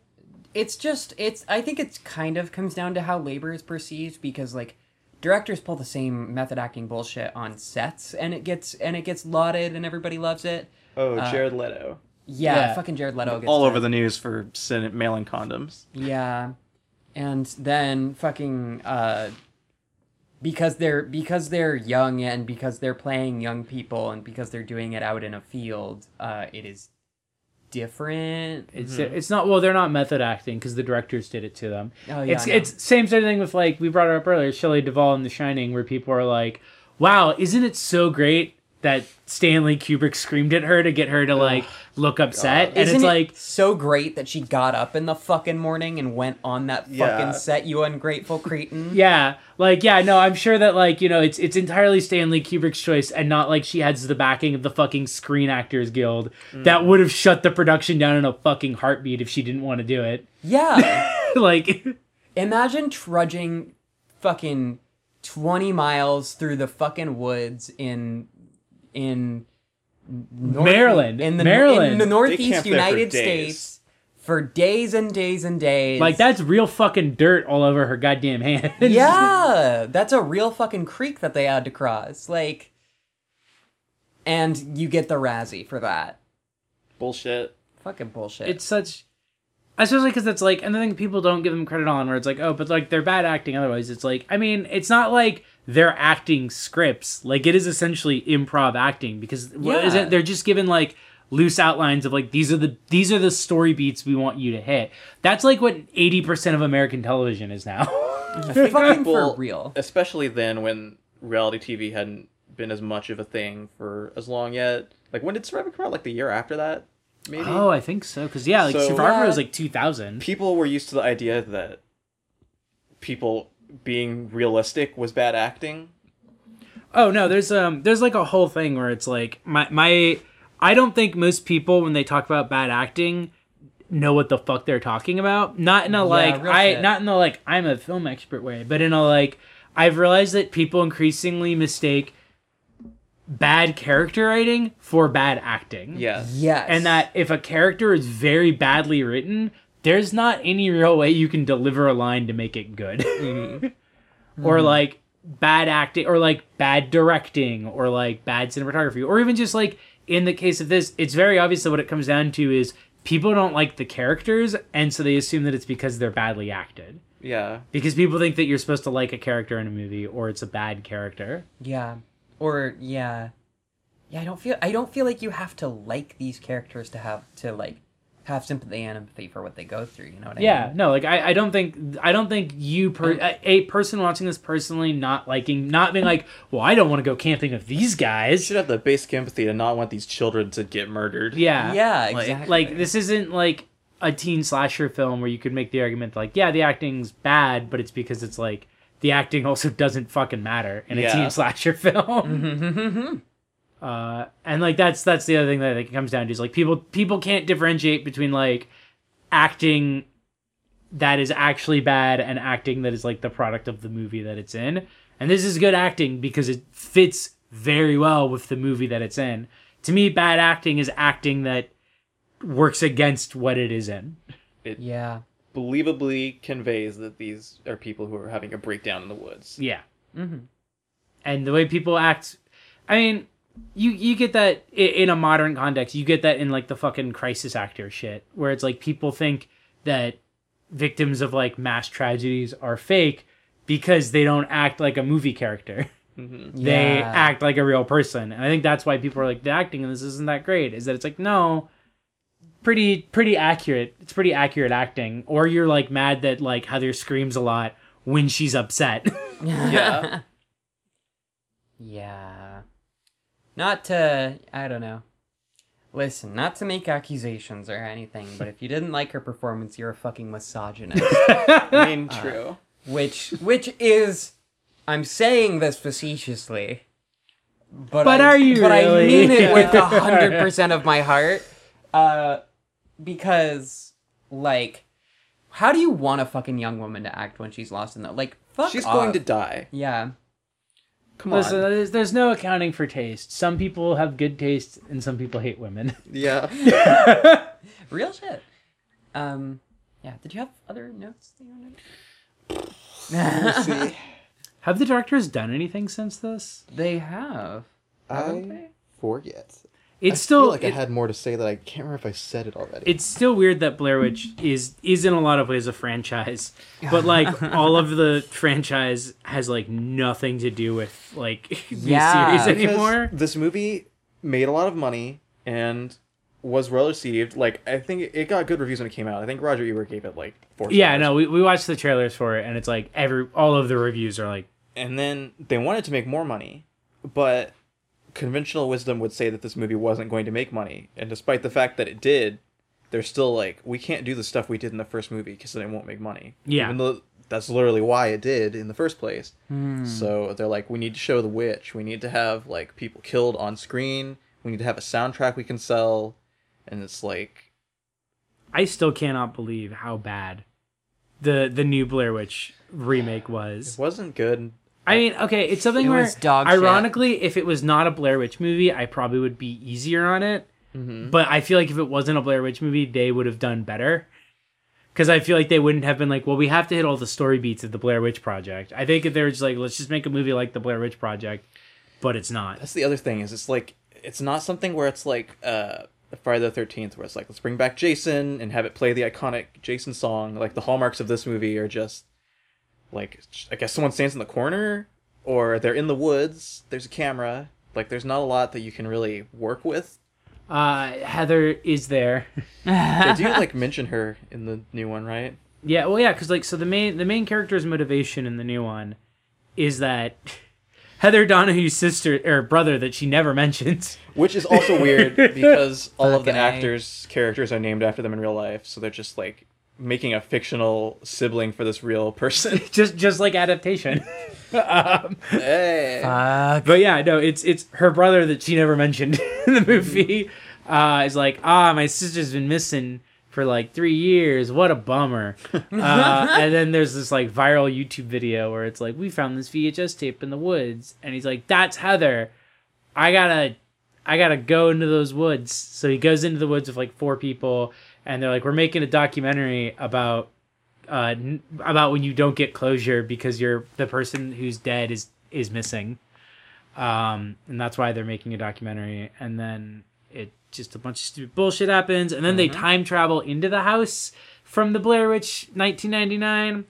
Speaker 2: it's just it's. I think it's kind of comes down to how labor is perceived because like directors pull the same method acting bullshit on sets and it gets and it gets lauded and everybody loves it.
Speaker 3: Oh,
Speaker 2: Uh,
Speaker 3: Jared Leto.
Speaker 2: Yeah,
Speaker 1: Yeah.
Speaker 2: fucking Jared Leto gets
Speaker 3: All
Speaker 2: that.
Speaker 3: over the news for sen- mailing condoms.
Speaker 2: Yeah. And then fucking uh because they're because they're young and because they're playing young people and because they're doing it out in a field, uh it is different.
Speaker 1: It's it's not well. They're not method acting because the directors did it to them.
Speaker 2: Oh, yeah,
Speaker 1: it's
Speaker 2: I know.
Speaker 1: it's same sort of thing with like we brought it up earlier, Shelley Duvall in The Shining, where people are like, "Wow, isn't it so great that Stanley Kubrick screamed at her to get her to like look upset?" And
Speaker 2: Isn't
Speaker 1: it's
Speaker 2: it
Speaker 1: like,
Speaker 2: so great that she got up in the fucking morning and went on that fucking
Speaker 3: Yeah.
Speaker 2: set, you
Speaker 1: <laughs>
Speaker 2: ungrateful cretin.
Speaker 1: yeah, like yeah, no, I'm sure that like you know it's it's entirely Stanley Kubrick's choice and not like she has the backing of the fucking Screen Actors Guild
Speaker 2: Mm.
Speaker 1: that would have shut the production down in a fucking heartbeat if she didn't want to do it. <laughs>
Speaker 2: yeah.
Speaker 1: like,
Speaker 2: Imagine trudging fucking 20 miles through the fucking woods in in north-
Speaker 1: Maryland.
Speaker 2: in the
Speaker 1: Maryland.
Speaker 2: in the northeast
Speaker 3: camped there for
Speaker 2: United
Speaker 3: days.
Speaker 2: States for days and days and days.
Speaker 1: like that's real fucking dirt all over her goddamn hands. <laughs>
Speaker 2: Yeah, that's a real fucking creek that they had to cross. Like and you get the Razzie for that.
Speaker 3: Bullshit.
Speaker 2: Fucking bullshit.
Speaker 1: it's such especially because it's like and the thing people don't give them credit on where it's like oh but like they're bad acting otherwise it's like i mean it's not like they're acting scripts like it is essentially improv acting because what is
Speaker 2: Yeah.
Speaker 1: it they're just given like loose outlines of like these are the these are the story beats we want you to hit that's like what 80% of american television is now <laughs>
Speaker 2: Mm-hmm. fucking
Speaker 3: Well,
Speaker 2: for real.
Speaker 3: Especially then when reality TV hadn't been as much of a thing for as long yet. Like when did Survivor come out? Like the year after that, maybe.
Speaker 1: oh i think so because yeah like
Speaker 3: So-
Speaker 1: survivor
Speaker 2: Yeah.
Speaker 1: was like 2000
Speaker 3: People were used to the idea that people being realistic was bad acting.
Speaker 1: Oh no, there's um there's like a whole thing where it's like my my I don't think most people when they talk about bad acting know what the fuck they're talking about. Not in a like
Speaker 2: real
Speaker 1: I
Speaker 2: shit.
Speaker 1: not in the like I'm a film expert way, but in a like I've realized that people increasingly mistake bad character writing for bad acting.
Speaker 3: Yeah.
Speaker 2: Yes.
Speaker 1: And that if a character is very badly written, there's not any real way you can deliver a line to make it good. <laughs> or like bad acting, or like bad directing, or like bad cinematography, or even just like in the case of this, it's very obvious that what it comes down to is people don't like the characters, and so they assume that it's because they're badly acted.
Speaker 3: Yeah.
Speaker 1: Because people think that you're supposed to like a character in a movie, or it's a bad character.
Speaker 2: Yeah. Or yeah. Yeah, I don't feel I don't feel like you have to like these characters to have to like have sympathy and empathy for what they go through. You know what I mean?
Speaker 1: Yeah, no, like I, I don't think I don't think you per a- a person watching this personally not liking not being like, well, I don't want to go camping with these
Speaker 3: You
Speaker 1: guys.
Speaker 3: should have the basic empathy to not want these children to get murdered.
Speaker 1: Yeah,
Speaker 2: Yeah,
Speaker 1: Like-
Speaker 2: exactly.
Speaker 1: Like, this isn't like a teen slasher film where you could make the argument like, yeah, the acting's bad, but it's because it's like the acting also doesn't fucking matter in a
Speaker 3: Yeah.
Speaker 1: teen slasher <laughs> film. Uh, and like that's that's the other thing that it comes down to is like people people can't differentiate between like acting that is actually bad and acting that is like the product of the movie that it's in. And this is good acting because it fits very well with the movie that it's in. To me, bad acting is acting that works against what it is in.
Speaker 2: Yeah.
Speaker 3: Believably conveys that these are people who are having a breakdown in the woods.
Speaker 1: <laughs> Yeah. And the way people act, I mean, you you get that i- in a modern context. You get that in like the fucking crisis actor shit, where it's like people think that victims of like mass tragedies are fake because they don't act like a movie character. <laughs> They
Speaker 2: Yeah. <laughs>
Speaker 1: act like a real person, and I think that's why people are like the acting in this isn't that great. Is that it's like no, pretty pretty accurate. It's pretty accurate acting. Or you're like mad that like Heather screams a lot when she's upset. <laughs>
Speaker 3: Yeah.
Speaker 2: Yeah. Not to, I don't know. Listen, not to make accusations or anything, but if you didn't like her performance, you're a fucking misogynist.
Speaker 3: I mean, true.
Speaker 2: which, which is, I'm saying this facetiously, but
Speaker 1: But
Speaker 2: I-
Speaker 1: are you
Speaker 2: But I
Speaker 1: really?
Speaker 2: mean
Speaker 1: <laughs>
Speaker 2: it with a hundred percent of my heart, uh, because like, how do you want a fucking young woman to act when she's lost in the like? Fuck
Speaker 3: She's
Speaker 2: off.
Speaker 3: going to die.
Speaker 2: Yeah.
Speaker 3: Come
Speaker 1: Listen,
Speaker 3: on.
Speaker 1: there's, there's no accounting for taste. Some people have good taste, and some people hate women. <laughs>
Speaker 3: Yeah.
Speaker 2: Real shit. Um, yeah. Did you have other notes that you wanted?
Speaker 3: See,
Speaker 1: Have the directors done anything since this?
Speaker 2: They have.
Speaker 4: I forget.
Speaker 1: It's
Speaker 4: I
Speaker 1: still
Speaker 4: feel like
Speaker 1: it-
Speaker 4: I had more to say that I can't remember if I said it already.
Speaker 1: it's still weird that Blair Witch is is in a lot of ways a franchise, but like all of the franchise has like nothing to do with like <laughs> these
Speaker 2: Yeah.
Speaker 1: series
Speaker 3: because
Speaker 1: anymore.
Speaker 3: This movie made a lot of money and was well received. Like I think it got good reviews when it came out. I think Roger Ebert gave it like four.
Speaker 1: Yeah,
Speaker 3: stars.
Speaker 1: no, we, we watched the trailers for it, and it's like every all of the reviews are like,
Speaker 3: And then they wanted to make more money, but conventional wisdom would say that this movie wasn't going to make money. And despite the fact that it did, they're still like, we can't do the stuff we did in the first movie because then it won't make money.
Speaker 1: Yeah.
Speaker 3: Even though that's literally why it did in the first place. So they're like, we need to show the witch. We need to have like people killed on screen. We need to have a soundtrack we can sell. And it's like,
Speaker 1: I still cannot believe how bad the the new Blair Witch remake was.
Speaker 3: it wasn't good.
Speaker 1: I mean, okay, it's something
Speaker 2: It
Speaker 1: where,
Speaker 2: was dog shit.
Speaker 1: ironically, if it was not a Blair Witch movie, I probably would be easier on it.
Speaker 2: Mm-hmm.
Speaker 1: But I feel like if it wasn't a Blair Witch movie, they would have done better. Because I feel like they wouldn't have been like, well, we have to hit all the story beats of the Blair Witch Project. I think if they were just like, let's just make a movie like the Blair Witch Project, but it's not.
Speaker 3: That's the other thing is it's like it's not something where it's like uh Friday the Thirteenth where it's like let's bring back Jason and have it play the iconic Jason song. Like the hallmarks of this movie are just like I guess someone stands in the corner or they're in the woods. There's a camera. Like there's not a lot that you can really work with.
Speaker 1: Uh, Heather is there. <laughs>
Speaker 3: They
Speaker 2: <laughs>
Speaker 3: do like mention her in the new one, right?
Speaker 1: Yeah, well, yeah, because like so the main the main character's motivation in the new one is that <laughs> Heather Donahue's sister or brother that she never <laughs> mentions.
Speaker 3: Which
Speaker 2: <laughs>
Speaker 3: is also weird because all of the
Speaker 2: Fucking A.
Speaker 3: actors' characters are named after them in real life, so they're just like making a fictional sibling for this real person.
Speaker 1: <laughs> Just just like adaptation.
Speaker 3: hey.
Speaker 2: Fuck.
Speaker 1: but yeah, no, it's it's her brother that she never mentioned <laughs> in the movie. Uh, is like, ah, my sister's been missing for like three years. What a bummer. Uh, and then there's this like viral YouTube video where it's like, we found this VHS tape in the woods, and he's like, that's Heather. I gotta, I gotta go into those woods. So he goes into the woods with like four people, and they're like, we're making a documentary about uh, n- about when you don't get closure because you're the person who's dead is is missing, um, and that's why they're making a documentary. And then it just a bunch of stupid bullshit happens, and then they
Speaker 2: Mm-hmm.
Speaker 1: time travel into the house from the Blair Witch 1999,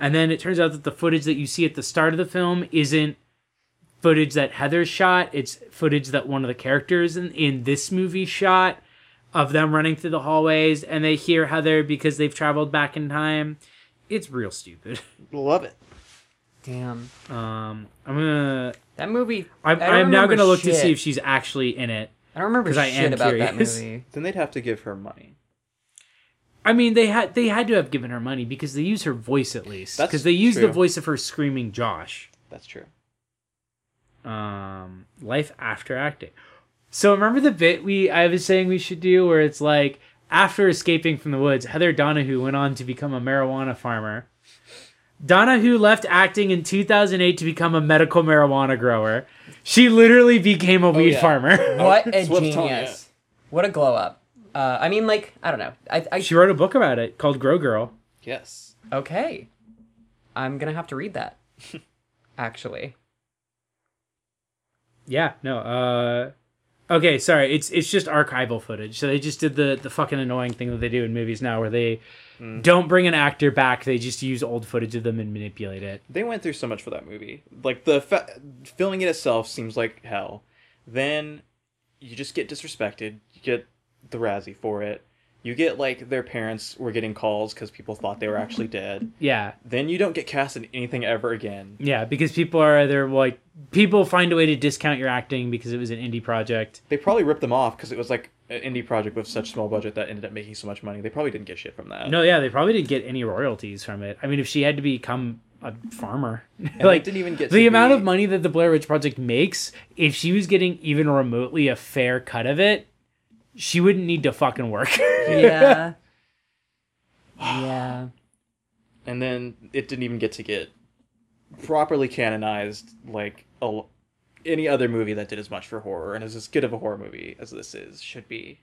Speaker 1: and then it turns out that the footage that you see at the start of the film isn't footage that Heather shot; it's footage that one of the characters in in this movie shot of them running through the hallways and they hear Heather because they've traveled back in time. It's real stupid. <laughs>
Speaker 3: Love it.
Speaker 2: Damn.
Speaker 1: Um, I'm gonna.
Speaker 2: That movie. I
Speaker 1: I'm,
Speaker 2: don't
Speaker 1: I'm now
Speaker 2: remember
Speaker 1: gonna look to
Speaker 2: shit.
Speaker 1: see if she's actually in it.
Speaker 2: I don't remember
Speaker 1: 'cause I
Speaker 2: shit
Speaker 1: am
Speaker 2: about
Speaker 1: curious.
Speaker 2: that movie.
Speaker 3: Then they'd have to give her money.
Speaker 1: I mean, they had they had to have given her money because they use her voice at least
Speaker 3: That's
Speaker 1: because they use the
Speaker 3: true.
Speaker 1: voice of her screaming Josh.
Speaker 3: That's true.
Speaker 1: um life after acting so remember the bit we i was saying we should do where it's like after escaping from the woods heather donahue went on to become a marijuana farmer donahue left acting in 2008 to become a medical marijuana grower she literally became a weed
Speaker 3: Oh, yeah.
Speaker 1: farmer <laughs>
Speaker 2: What a
Speaker 3: That's what I'm telling
Speaker 2: genius. What a glow up. Uh, I mean, like, I don't know. I, I
Speaker 1: she wrote a book about it called grow girl
Speaker 3: Yes.
Speaker 2: Okay. I'm gonna have to
Speaker 1: <laughs>
Speaker 2: read that. Actually.
Speaker 1: yeah no uh okay sorry it's it's just archival footage so they just did the the fucking annoying thing that they do in movies now where they don't bring an actor back they just use old footage of them and manipulate it
Speaker 3: They went through so much for that movie. Like the fa- filming it itself seems like hell. Then you just get disrespected. You get the Razzie for it. You get like their parents were getting calls because people thought they were actually dead.
Speaker 1: Yeah,
Speaker 3: Then you don't get cast in anything ever again.
Speaker 1: yeah, because people are either like people find a way to discount your acting because it was an indie project.
Speaker 3: They probably ripped them off because it was like an indie project with such small budget that ended up making so much money. They probably didn't get shit from that.
Speaker 1: No, yeah, they probably didn't get any royalties from it. I mean, if she had to become a farmer, <laughs>
Speaker 3: and
Speaker 1: like
Speaker 3: they didn't even get
Speaker 1: the
Speaker 3: to
Speaker 1: amount
Speaker 3: be-
Speaker 1: of money that the Blair Witch Project makes, if she was getting even remotely a fair cut of it, she wouldn't need to fucking work. <laughs>
Speaker 2: Yeah. yeah.
Speaker 3: and then it didn't even get to get properly canonized like a, any other movie that did as much for horror and is as good of a horror movie as this is should be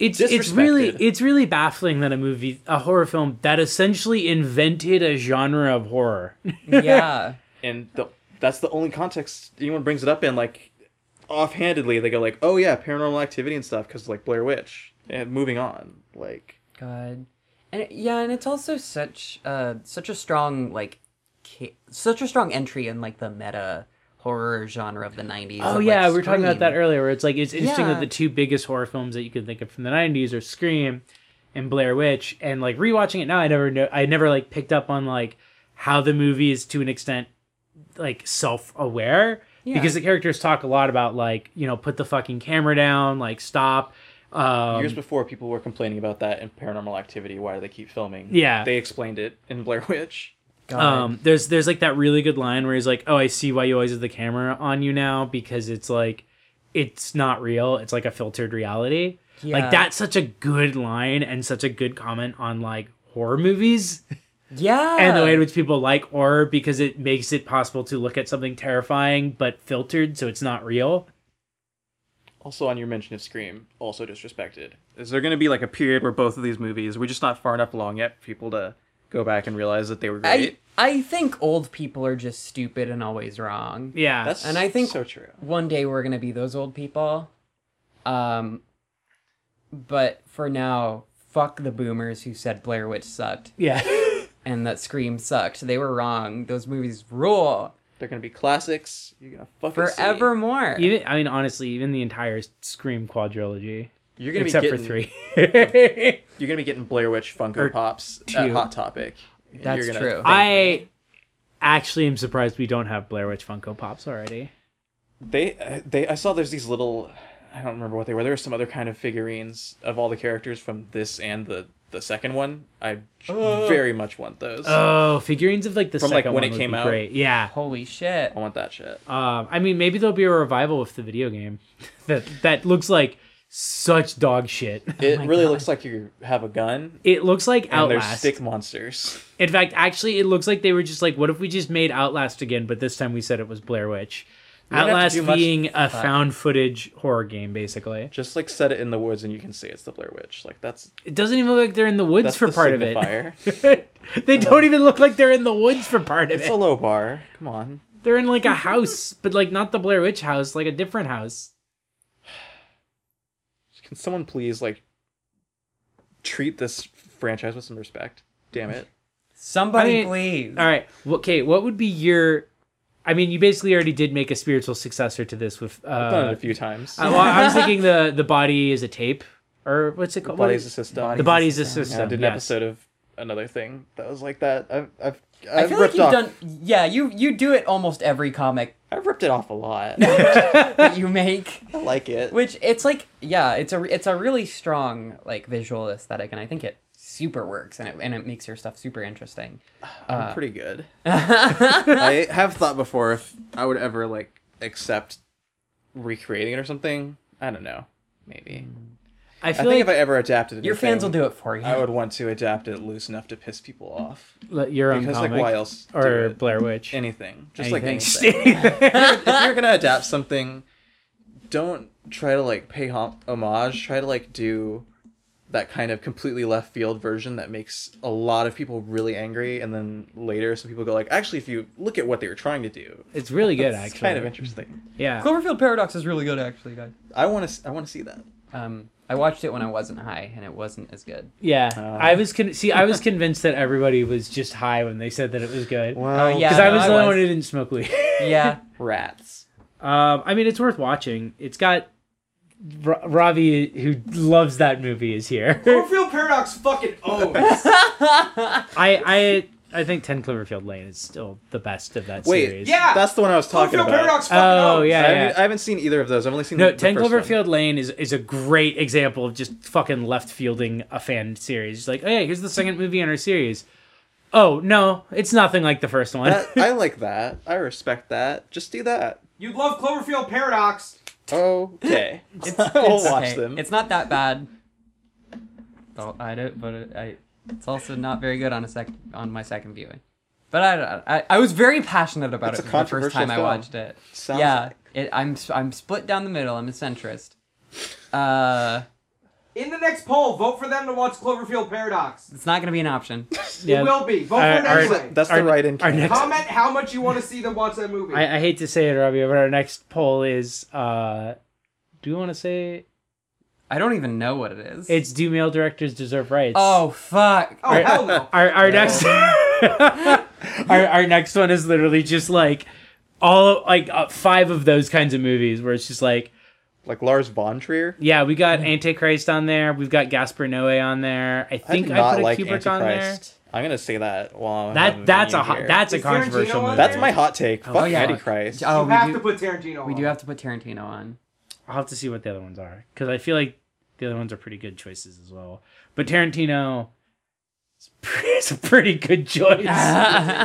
Speaker 1: it's it's really
Speaker 3: Disrespected.
Speaker 1: it's really baffling that a movie a horror film that essentially invented a genre of horror.
Speaker 2: Yeah.
Speaker 3: and the, that's the only context anyone brings it up in like offhandedly they go like oh yeah paranormal activity and stuff because like blair witch and moving on like
Speaker 2: God. And it- yeah, and it's also such uh such a strong like ca- such a strong entry in like the meta horror genre of the 90s.
Speaker 1: Oh
Speaker 2: of,
Speaker 1: yeah,
Speaker 2: like,
Speaker 1: we were talking about that
Speaker 2: Scream.
Speaker 1: earlier. Where it's like it's interesting
Speaker 2: Yeah.
Speaker 1: that the two biggest horror films that you can think of from the '90s are Scream and Blair Witch. And like rewatching it now, I never know, I never like picked up on like how the movie is to an extent like self-aware
Speaker 2: Yeah.
Speaker 1: because the characters talk a lot about like you know put the fucking camera down, like stop. Um,
Speaker 3: years before people were complaining about that in paranormal activity why do they keep filming
Speaker 1: Yeah.
Speaker 3: they explained it in blair <laughs> witch
Speaker 2: God.
Speaker 1: um there's there's like that really good line where he's like oh i see why you always have the camera on you now because it's like it's not real it's like a filtered reality
Speaker 2: Yeah.
Speaker 1: like that's such a good line and such a good comment on like horror movies
Speaker 2: yeah.
Speaker 1: and the way in which people like horror because it makes it possible to look at something terrifying but filtered so it's not real
Speaker 3: Also, on your mention of Scream, also disrespected. Is there going to be like a period where both of these movies we're just not far enough along yet for people to go back and realize that they were
Speaker 2: I
Speaker 3: great?
Speaker 2: I think old people are just stupid and always wrong.
Speaker 1: yeah
Speaker 3: That's
Speaker 2: and I think-
Speaker 3: so true.
Speaker 2: one day we're gonna be those old people. Um, but for now, fuck the boomers who said Blair Witch sucked
Speaker 3: <laughs>
Speaker 1: yeah
Speaker 2: and that Scream sucked. They were wrong. Those movies rule
Speaker 3: They're going to be classics. You're going to fucking see.
Speaker 2: forevermore.
Speaker 1: even i mean honestly even the entire scream quadrilogy
Speaker 3: You're going to
Speaker 1: except
Speaker 3: be
Speaker 1: for
Speaker 3: getting,
Speaker 1: three
Speaker 3: <laughs> You're going to be getting Blair Witch Funko Pops at
Speaker 1: two.
Speaker 3: Hot Topic. and
Speaker 2: That's
Speaker 3: you're gonna
Speaker 2: true.
Speaker 3: think-
Speaker 1: I actually am surprised we don't have Blair Witch Funko Pops already.
Speaker 3: they uh, they I saw there's these little I don't remember what they were. There were some other kind of figurines of all the characters from this and the the second one. I very much want those.
Speaker 1: Oh, figurines of like the
Speaker 3: From, like,
Speaker 1: second
Speaker 3: when
Speaker 1: one
Speaker 3: it
Speaker 1: would
Speaker 3: came
Speaker 1: be
Speaker 3: out?
Speaker 1: Great. Yeah.
Speaker 2: Holy shit!
Speaker 3: I want that shit.
Speaker 1: Um, I mean, maybe there'll be a revival with the video game <laughs> that that looks like such dog shit. <laughs>
Speaker 3: It
Speaker 2: my
Speaker 3: really
Speaker 2: God.
Speaker 3: looks like you have a gun
Speaker 1: It looks like
Speaker 3: and there's
Speaker 1: Outlast.
Speaker 3: stick monsters. <laughs>
Speaker 1: In fact, actually, it looks like they were just like, what if we just made Outlast again, but this time we said it was Blair Witch.
Speaker 3: don't have to
Speaker 1: Outlast
Speaker 3: do much-
Speaker 1: being a found footage horror game, basically.
Speaker 3: Just like set it in the woods and you can see it's the Blair Witch. Like that's
Speaker 1: It doesn't even look like they're in the woods
Speaker 3: that's
Speaker 1: for
Speaker 3: the
Speaker 1: part of it.
Speaker 3: signifier.
Speaker 1: <laughs> they don't even look like they're in the woods for part of
Speaker 3: it's
Speaker 1: it.
Speaker 3: a low bar. Come on.
Speaker 1: They're in like a house, but like not the Blair Witch house, like a different house.
Speaker 3: Can someone please like treat this franchise with some respect? Damn it.
Speaker 2: Somebody
Speaker 1: I mean-
Speaker 2: please.
Speaker 1: All right. wh- Okay, what would be your I mean, you basically already did make a spiritual successor to this with.
Speaker 3: I've done it
Speaker 1: Uh,
Speaker 3: a few times.
Speaker 1: I, well, I was thinking the the body is a tape, or what's it called? What
Speaker 3: Body's
Speaker 1: is-
Speaker 3: a system.
Speaker 1: the body is a system.
Speaker 3: Yeah, I did an
Speaker 1: yes.
Speaker 3: episode of another thing that was like that. I've I've
Speaker 2: I
Speaker 3: I've
Speaker 2: feel like
Speaker 3: ripped
Speaker 2: you've
Speaker 3: off.
Speaker 2: done. Yeah, you you do it almost every comic
Speaker 3: I've ripped it off
Speaker 1: <laughs>
Speaker 3: a lot.
Speaker 2: that you
Speaker 3: <laughs>
Speaker 2: make.
Speaker 3: I like it.
Speaker 2: Which it's like, yeah, it's a it's a really strong like visual aesthetic, and I think it super works, and it and it makes your stuff super interesting.
Speaker 3: I'm pretty good.
Speaker 2: I
Speaker 3: Uh, <laughs> I have thought before if I would ever like accept recreating it or something. I don't know. Maybe.
Speaker 1: I
Speaker 3: I
Speaker 1: feel
Speaker 3: think
Speaker 1: like
Speaker 3: if I ever adapted it,
Speaker 2: your fans will do it for you.
Speaker 3: I would want to adapt it loose enough to piss people off.
Speaker 1: le- your own
Speaker 3: Because
Speaker 1: comic
Speaker 3: like why else? do
Speaker 1: or
Speaker 3: it?
Speaker 1: Blair Witch.
Speaker 3: anything. Just like anything.
Speaker 1: Anything.
Speaker 2: <laughs>
Speaker 3: if you're gonna adapt something, don't try to like pay hom- homage. Try to like do that kind of completely left field version that makes a lot of people really angry, and then later some people go like, actually, if you look at what they were trying to do,
Speaker 1: <laughs> it's really good,
Speaker 3: it's
Speaker 1: actually.
Speaker 3: kind of interesting.
Speaker 1: yeah.
Speaker 2: Cloverfield Paradox is really good, actually, guys.
Speaker 3: I want to. I want to see that.
Speaker 2: Um, I watched it when I wasn't high, and it wasn't as <laughs> good.
Speaker 1: Yeah,
Speaker 3: Uh.
Speaker 1: I was con- see. I was convinced that everybody was just high when they said that it was good. Because
Speaker 3: Well,
Speaker 2: Oh, yeah.
Speaker 1: I
Speaker 2: no,
Speaker 1: was
Speaker 2: I
Speaker 1: the only
Speaker 2: was.
Speaker 1: one who didn't smoke weed.
Speaker 2: Yeah,
Speaker 3: <laughs> rats.
Speaker 1: um, I mean, it's worth watching. It's got R- Ravi, who loves that movie, is here. <laughs>
Speaker 5: Cloverfield
Speaker 3: <laughs>
Speaker 5: Paradox fucking owns.
Speaker 1: I I I think Ten Cloverfield Lane is still the best of that
Speaker 3: Wait,
Speaker 1: series.
Speaker 5: Yeah.
Speaker 3: That's the one I was talking
Speaker 5: Cloverfield
Speaker 3: about.
Speaker 5: Paradox fucking
Speaker 1: Oh
Speaker 5: owns.
Speaker 1: yeah,
Speaker 3: I,
Speaker 1: yeah.
Speaker 3: haven't, e, I haven't seen either of those. I've only seen
Speaker 1: no,
Speaker 3: the
Speaker 1: Ten
Speaker 3: first one.
Speaker 1: Cloverfield Lane is is a great example of just fucking left fielding a fan series. Like, hey, here's the second movie in our series. Oh no, it's nothing like the first one. <laughs>
Speaker 3: That- I like that. I respect that. Just do that.
Speaker 5: You love Cloverfield Paradox.
Speaker 3: Okay, <laughs> I'll
Speaker 2: It's
Speaker 3: watch
Speaker 2: okay.
Speaker 3: them.
Speaker 2: It's not that bad. <laughs> Well, I don't, but it, I, it's also not very good on a sec on my second viewing. But I, don't- I, I was very passionate about it
Speaker 3: It's a
Speaker 2: for the first
Speaker 3: controversial
Speaker 2: time I
Speaker 3: film.
Speaker 2: watched it.
Speaker 3: Sounds
Speaker 2: yeah,
Speaker 3: like-
Speaker 2: it, I'm I'm split down the middle. I'm a centrist. Uh,
Speaker 5: In the next poll, vote for them to watch Cloverfield Paradox.
Speaker 2: it's not gonna be an option.
Speaker 1: Yeah.
Speaker 5: It will be. Vote
Speaker 1: All
Speaker 5: for
Speaker 1: right,
Speaker 5: it
Speaker 1: all right.
Speaker 5: anyway.
Speaker 3: That's the
Speaker 1: Our-
Speaker 3: right in.
Speaker 1: our next-
Speaker 5: Comment how much you want to see them watch that movie.
Speaker 1: I, I hate to say it, Robbie, but our next poll is uh do you want to say
Speaker 2: I don't even know what it is.
Speaker 1: it's do male directors deserve rights?
Speaker 2: oh fuck.
Speaker 5: oh hell no.
Speaker 1: Our our next <laughs> our, our next one is literally just like all like uh, five of those kinds of movies where it's just like
Speaker 3: like Lars von Trier.
Speaker 1: yeah, we got Antichrist on there, we've got Gaspar Noé on there. I
Speaker 3: I
Speaker 1: think I,
Speaker 3: did not
Speaker 1: put a
Speaker 3: like
Speaker 1: Kubrick on there.
Speaker 3: Antichrist. I'm gonna say that while I'm having
Speaker 1: That that's
Speaker 3: you
Speaker 1: a hot,
Speaker 3: here.
Speaker 1: that's a
Speaker 5: Is Tarantino
Speaker 1: controversial
Speaker 5: on
Speaker 1: movie.
Speaker 5: there?
Speaker 3: that's my hot take. Fuck
Speaker 2: yeah.
Speaker 3: Antichrist.
Speaker 2: Oh,
Speaker 5: you
Speaker 2: we
Speaker 5: have
Speaker 2: do-
Speaker 5: to put Tarantino.
Speaker 2: We
Speaker 5: on.
Speaker 2: do
Speaker 5: <laughs>
Speaker 2: have to put Tarantino on.
Speaker 1: I'll have to see what the other ones are because I feel like the other ones are pretty good choices as well. But Tarantino is pre- is <laughs> a pretty good <laughs> choice. I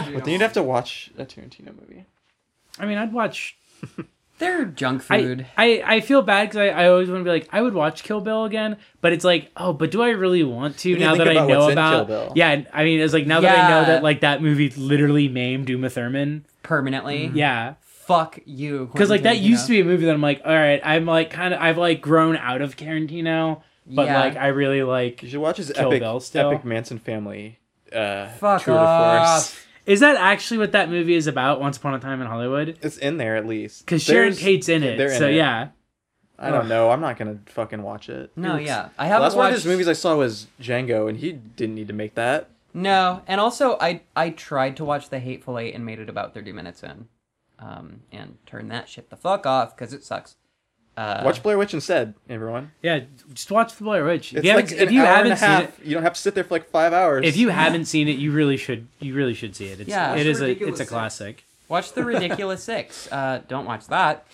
Speaker 5: Tarantino.
Speaker 3: But then you'd have to watch a Tarantino movie.
Speaker 1: mean, I'd watch.
Speaker 2: They're junk food.
Speaker 1: I, I I feel bad because I, I always want to be like I would watch Kill Bill again, but it's like oh, but do I really want to
Speaker 3: you
Speaker 1: now
Speaker 3: think
Speaker 1: that I
Speaker 3: about
Speaker 1: know
Speaker 3: what's in
Speaker 1: about
Speaker 3: Kill Bill.
Speaker 1: yeah? I mean, it's like now that I know
Speaker 2: Yeah.
Speaker 1: that like that movie literally maimed Uma Thurman.
Speaker 3: Mm-hmm.
Speaker 2: Permanently.
Speaker 1: Yeah,
Speaker 2: Fuck you.
Speaker 1: Mm-hmm. because like that
Speaker 2: Quentin
Speaker 1: used to
Speaker 2: Tarantino.
Speaker 1: be a movie that I'm like, all right, I'm like kind of I've like grown out of Tarantino, but
Speaker 2: Yeah.
Speaker 1: like I really like
Speaker 3: You should watch his
Speaker 1: Kill
Speaker 3: epic
Speaker 1: Bill still.
Speaker 3: epic Manson family uh,
Speaker 2: Fuck
Speaker 3: tour de force.
Speaker 2: off.
Speaker 1: Is that actually what that movie is about? Once upon a time in Hollywood,
Speaker 3: It's in there at least.
Speaker 1: because Sharon
Speaker 3: There's-
Speaker 1: Tate's in it.
Speaker 3: they're in
Speaker 1: so
Speaker 3: it.
Speaker 1: yeah,
Speaker 3: I don't know. I'm not gonna fucking watch it.
Speaker 2: No, yeah, I
Speaker 3: The
Speaker 2: haven't
Speaker 3: last one of
Speaker 2: watched
Speaker 3: his movies I saw was Django, and he didn't need to make that.
Speaker 2: No, and also I I tried to watch The Hateful Eight and made it about thirty minutes in, um, and turned that shit the fuck off because it sucks. Uh,
Speaker 3: Watch Blair Witch instead, everyone.
Speaker 1: yeah. Just watch The Blair Witch. If
Speaker 3: It's
Speaker 1: you
Speaker 3: like
Speaker 1: haven't,
Speaker 3: an
Speaker 1: if you
Speaker 3: hour
Speaker 1: haven't
Speaker 3: and a
Speaker 1: seen
Speaker 3: half.
Speaker 1: it,
Speaker 3: You don't have to sit there for like five hours.
Speaker 1: if you haven't seen it, you really should. You really should see it. It's,
Speaker 2: Yeah.
Speaker 1: it is a
Speaker 5: Ridiculous
Speaker 1: it's a
Speaker 5: thing.
Speaker 1: classic. <laughs>
Speaker 2: watch The
Speaker 3: <laughs>
Speaker 2: Ridiculous Six. Uh, don't watch that.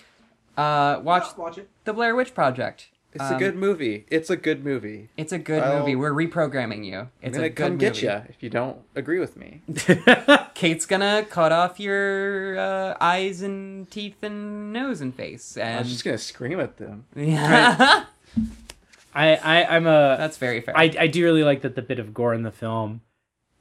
Speaker 2: Uh, watch
Speaker 5: watch it.
Speaker 2: The Blair Witch Project.
Speaker 3: it's
Speaker 2: Um,
Speaker 3: a good movie. It's a good movie.
Speaker 2: It's a good
Speaker 3: I'll-
Speaker 2: movie. We're reprogramming you. It's
Speaker 3: I'm gonna
Speaker 2: a good
Speaker 3: come
Speaker 2: movie.
Speaker 3: get you if you don't agree with me.
Speaker 2: Kate's gonna cut off your uh, eyes and teeth and nose and face,
Speaker 3: I
Speaker 2: and
Speaker 3: was just gonna scream at them.
Speaker 2: yeah,
Speaker 1: I, I I'm a
Speaker 2: <laughs> that's very fair.
Speaker 1: I I do really like that the bit of gore in the film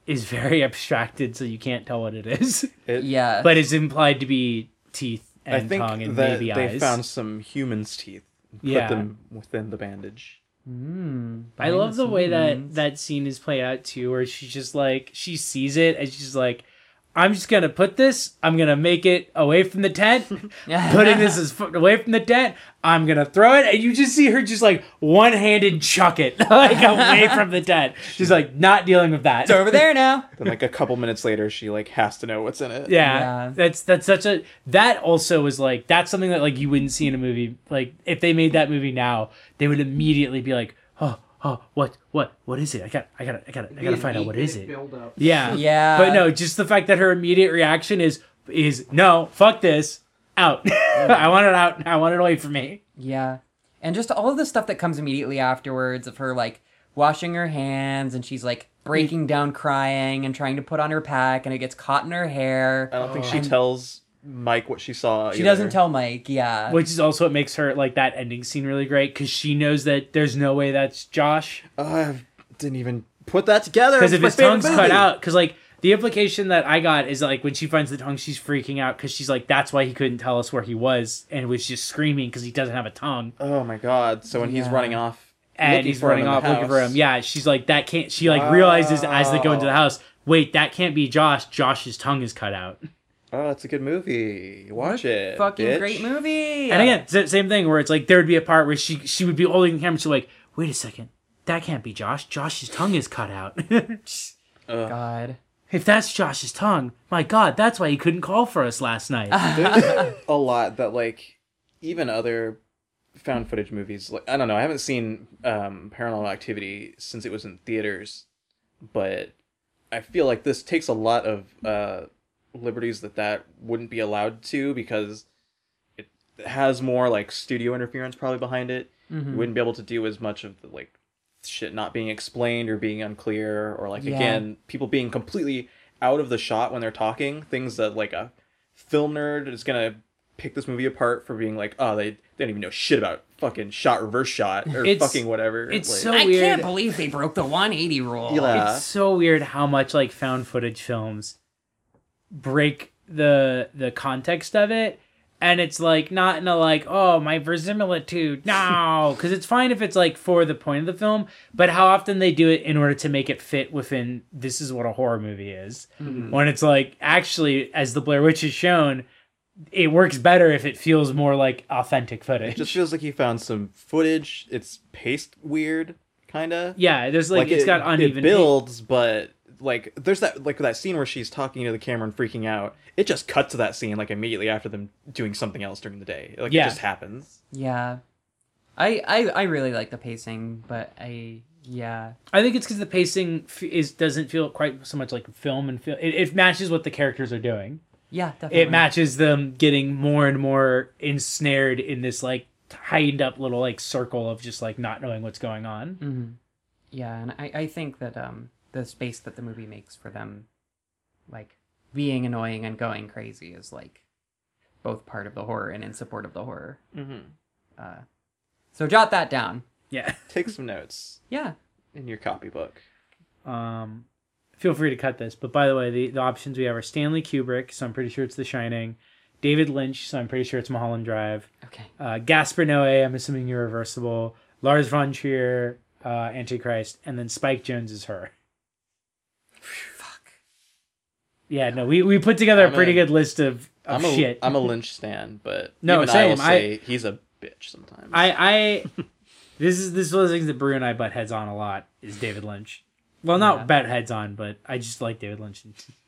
Speaker 1: is very <laughs> abstracted, so you can't tell what it is,
Speaker 3: It,
Speaker 2: yeah,
Speaker 1: but it's implied to be teeth
Speaker 3: I
Speaker 1: and
Speaker 3: think
Speaker 1: tongue and
Speaker 3: that
Speaker 1: maybe
Speaker 3: they
Speaker 1: eyes.
Speaker 3: found some humans' teeth. and
Speaker 1: Yeah.
Speaker 3: Put them within the bandage.
Speaker 2: Mm,
Speaker 1: I love the way
Speaker 2: bioscience.
Speaker 1: that that scene is played out too, where she's just like she sees it and she's like, I'm just gonna put this. I'm gonna make it away from the tent. Putting this as f- away from the tent. I'm gonna throw it, and you just see her just like one handed chuck it <laughs> like away from the tent. She's like not dealing with that.
Speaker 2: <laughs>
Speaker 1: <laughs>
Speaker 2: It's over there now.
Speaker 3: Then like a couple minutes later, she like has to know what's in it.
Speaker 1: Yeah,
Speaker 2: Yeah.
Speaker 1: that's that's such a that also was like that's something that like you wouldn't see in a movie. Like if they made that movie now, they would immediately be like, oh, oh, what, what, what is it? I got, I got, I got, I got to find out what is it.
Speaker 5: Build up.
Speaker 1: Yeah,
Speaker 2: Yeah.
Speaker 1: But no, just the fact that her immediate reaction is is no, fuck this, out. <laughs> I want it out. I want it away from me.
Speaker 2: Yeah. And just all of the stuff that comes immediately afterwards of her like washing her hands and she's like
Speaker 1: Mm.
Speaker 2: breaking down crying and trying to put on her pack and it gets caught in her hair.
Speaker 3: I don't think
Speaker 1: Oh,
Speaker 3: she tells Mike what she saw.
Speaker 2: She doesn't
Speaker 3: either.
Speaker 2: tell Mike, yeah.
Speaker 1: Which is also what makes her like that ending scene really great because she knows that there's no way that's Josh.
Speaker 3: Oh,
Speaker 4: I didn't even put that together.
Speaker 1: because if
Speaker 4: my
Speaker 1: his tongue's
Speaker 4: favorite
Speaker 1: cut
Speaker 4: movie.
Speaker 1: out, because like the implication that I got is like when she finds the tongue, she's freaking out because she's like, that's why he couldn't tell us where he was and was just screaming because he doesn't have a tongue
Speaker 3: Oh my god! So when he's
Speaker 2: Yeah.
Speaker 3: running off,
Speaker 1: and
Speaker 3: looking
Speaker 1: he's
Speaker 3: for him
Speaker 1: running
Speaker 3: in the
Speaker 1: off looking for
Speaker 3: house.
Speaker 1: him. Yeah, she's like that can't. She like realizes as they go into the house, wait, that can't be Josh. Josh's tongue is cut out.
Speaker 3: Oh, it's a good movie. Watch it.
Speaker 2: Fucking
Speaker 3: bitch.
Speaker 2: great movie.
Speaker 1: And again, sa- same thing where it's like there would be a part where she she would be holding the camera. She's like, wait a second, that can't be Josh. Josh's tongue is cut out. <laughs>
Speaker 2: God.
Speaker 1: if that's Josh's tongue, my God, that's why he couldn't call for us last night.
Speaker 3: Ah, There's a lot that like even other found footage movies. Like I don't know. I haven't seen um, Paranormal Activity since it was in theaters, but I feel like this takes a lot of uh, liberties that that wouldn't be allowed to because it has more like studio interference probably behind it.
Speaker 2: Mm-hmm.
Speaker 1: Hmm.
Speaker 3: You wouldn't be able to do as much of the like shit not being explained or being unclear or like
Speaker 2: Yeah.
Speaker 3: again people being completely out of the shot when they're talking things that like a film nerd is gonna pick this movie apart for being like oh they, they don't even know shit about fucking shot reverse shot or
Speaker 1: It's-
Speaker 3: fucking whatever
Speaker 1: it's
Speaker 3: Like,
Speaker 1: so
Speaker 2: I
Speaker 1: weird.
Speaker 2: can't believe they broke the 180 rule.
Speaker 3: Yeah.
Speaker 1: it's so weird how much like found footage films break the the context of it and it's like not in a like oh my verisimilitude no
Speaker 3: <laughs>
Speaker 1: because it's fine if it's like for the point of the film but how often they do it in order to make it fit within this is what a horror movie is
Speaker 3: Mm-hmm.
Speaker 1: when it's like actually as the blair witch has shown it works better if it feels more like authentic footage
Speaker 3: it just feels like he found some footage it's paced weird kind of
Speaker 1: yeah there's like, it's
Speaker 3: it-
Speaker 1: got uneven
Speaker 3: it builds but like there's that like that scene where she's talking to the camera and freaking out it just cuts to that scene like immediately after them doing something else during the day like
Speaker 1: Yeah.
Speaker 3: it just happens
Speaker 2: Yeah. I, I I really like the pacing, but I yeah.
Speaker 1: I think it's because the pacing f- is doesn't feel quite so much like film and feel. It, it matches what the characters are doing.
Speaker 2: Yeah, definitely.
Speaker 1: It matches them getting more and more ensnared in this like tightened up little like circle of just like not knowing what's going on.
Speaker 2: Mm-hmm. Yeah, and I, I think that um the space that the movie makes for them like being annoying and going crazy is like both part of the horror and in support of the horror.
Speaker 3: mm-hmm.
Speaker 2: Uh so jot that down.
Speaker 1: Yeah.
Speaker 3: take some notes
Speaker 2: Yeah.
Speaker 3: in your copybook
Speaker 1: <laughs> Um, feel free to cut this. But by the way, the, the options we have are Stanley Kubrick, so I'm pretty sure it's The Shining. David Lynch, so I'm pretty sure it's Mulholland Drive.
Speaker 2: Okay.
Speaker 1: uh, Gaspar Noé, I'm assuming Irreversible, Lars von Trier, uh, Antichrist, and then Spike Jones is her. Fuck. Yeah, no, we, we put together
Speaker 3: I'm
Speaker 1: a pretty
Speaker 3: in.
Speaker 1: good list of, of
Speaker 3: I'm a
Speaker 1: Oh, shit.
Speaker 3: am a Lynch stan, but
Speaker 1: <laughs> No,
Speaker 3: even I will
Speaker 1: same, I-
Speaker 3: say he's a bitch sometimes.
Speaker 1: I, <laughs> I this is this is one of the things that Brew and I butt heads on a lot is David Lynch. Well, not
Speaker 2: Yeah.
Speaker 1: butt heads on, but I just like David Lynch.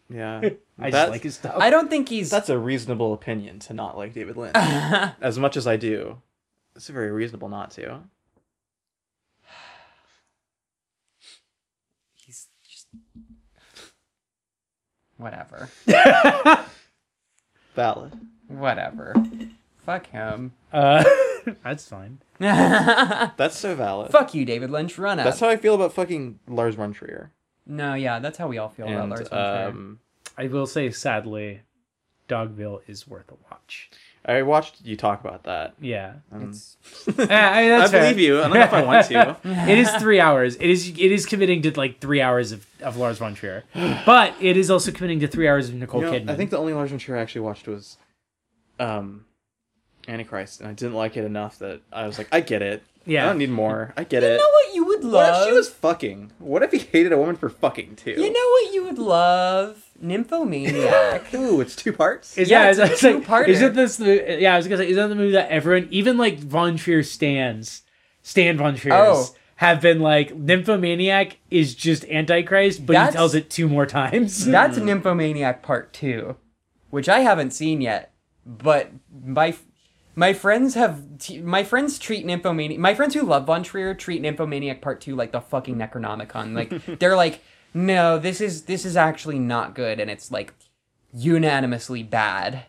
Speaker 3: yeah,
Speaker 1: <laughs> I
Speaker 3: that's,
Speaker 1: just like his stuff.
Speaker 2: I don't think he's
Speaker 3: that's a reasonable opinion to not like
Speaker 1: <laughs>
Speaker 3: David Lynch as much as I do. It's very reasonable not to.
Speaker 2: he's just <laughs> whatever.
Speaker 3: Valid.
Speaker 2: Whatever. Fuck him.
Speaker 1: Uh, <laughs> that's fine.
Speaker 3: That's so valid.
Speaker 2: Fuck you, David Lynch. Run up.
Speaker 3: That's how I feel about fucking Lars von Trier.
Speaker 2: no, yeah, that's how we all feel about
Speaker 3: And
Speaker 2: Lars von Trier.
Speaker 3: um,
Speaker 1: I will say, sadly, Dogville is worth a watch.
Speaker 3: I watched you talk about <laughs> that.
Speaker 1: Yeah,
Speaker 2: It's
Speaker 1: Yeah, I, mean, that's
Speaker 3: I
Speaker 1: fair.
Speaker 3: believe you. I don't know if I want <laughs> to.
Speaker 1: it is three hours. It is it is committing to like three hours of, of Lars von Trier, but it is also committing to three hours of Nicole
Speaker 3: You know,
Speaker 1: Kidman.
Speaker 3: I think the only Lars von Trier I actually watched was, um, Antichrist, and I didn't like it enough that I was like, I get it.
Speaker 1: Yeah.
Speaker 3: I don't need more. I get
Speaker 2: You
Speaker 3: it.
Speaker 2: know what you would
Speaker 3: What
Speaker 2: love?
Speaker 3: if she was fucking? What if he hated a woman for fucking too?
Speaker 2: You know what you would love Nymphomaniac.
Speaker 4: Ooh, it's two parts.
Speaker 1: Is,
Speaker 2: Yeah,
Speaker 1: yeah,
Speaker 2: it's
Speaker 1: it's,
Speaker 2: a
Speaker 1: it's like,
Speaker 2: two-parter.
Speaker 1: isn't this the yeah? I was gonna say, isn't that the movie that everyone, even like Von Trier stands, Stan Von Trier's,
Speaker 2: Oh.
Speaker 1: have been like nymphomaniac is just Antichrist, but
Speaker 2: That's-
Speaker 1: he tells it two more times. <laughs>
Speaker 2: That's Nymphomaniac Part 2, which I haven't seen yet, but my my friends have t- my friends treat Nymphomaniac my friends who love Von Trier treat Nymphomaniac Part 2 like the fucking Necronomicon. Like they're like, "No, this is this is actually not good." And it's like unanimously bad.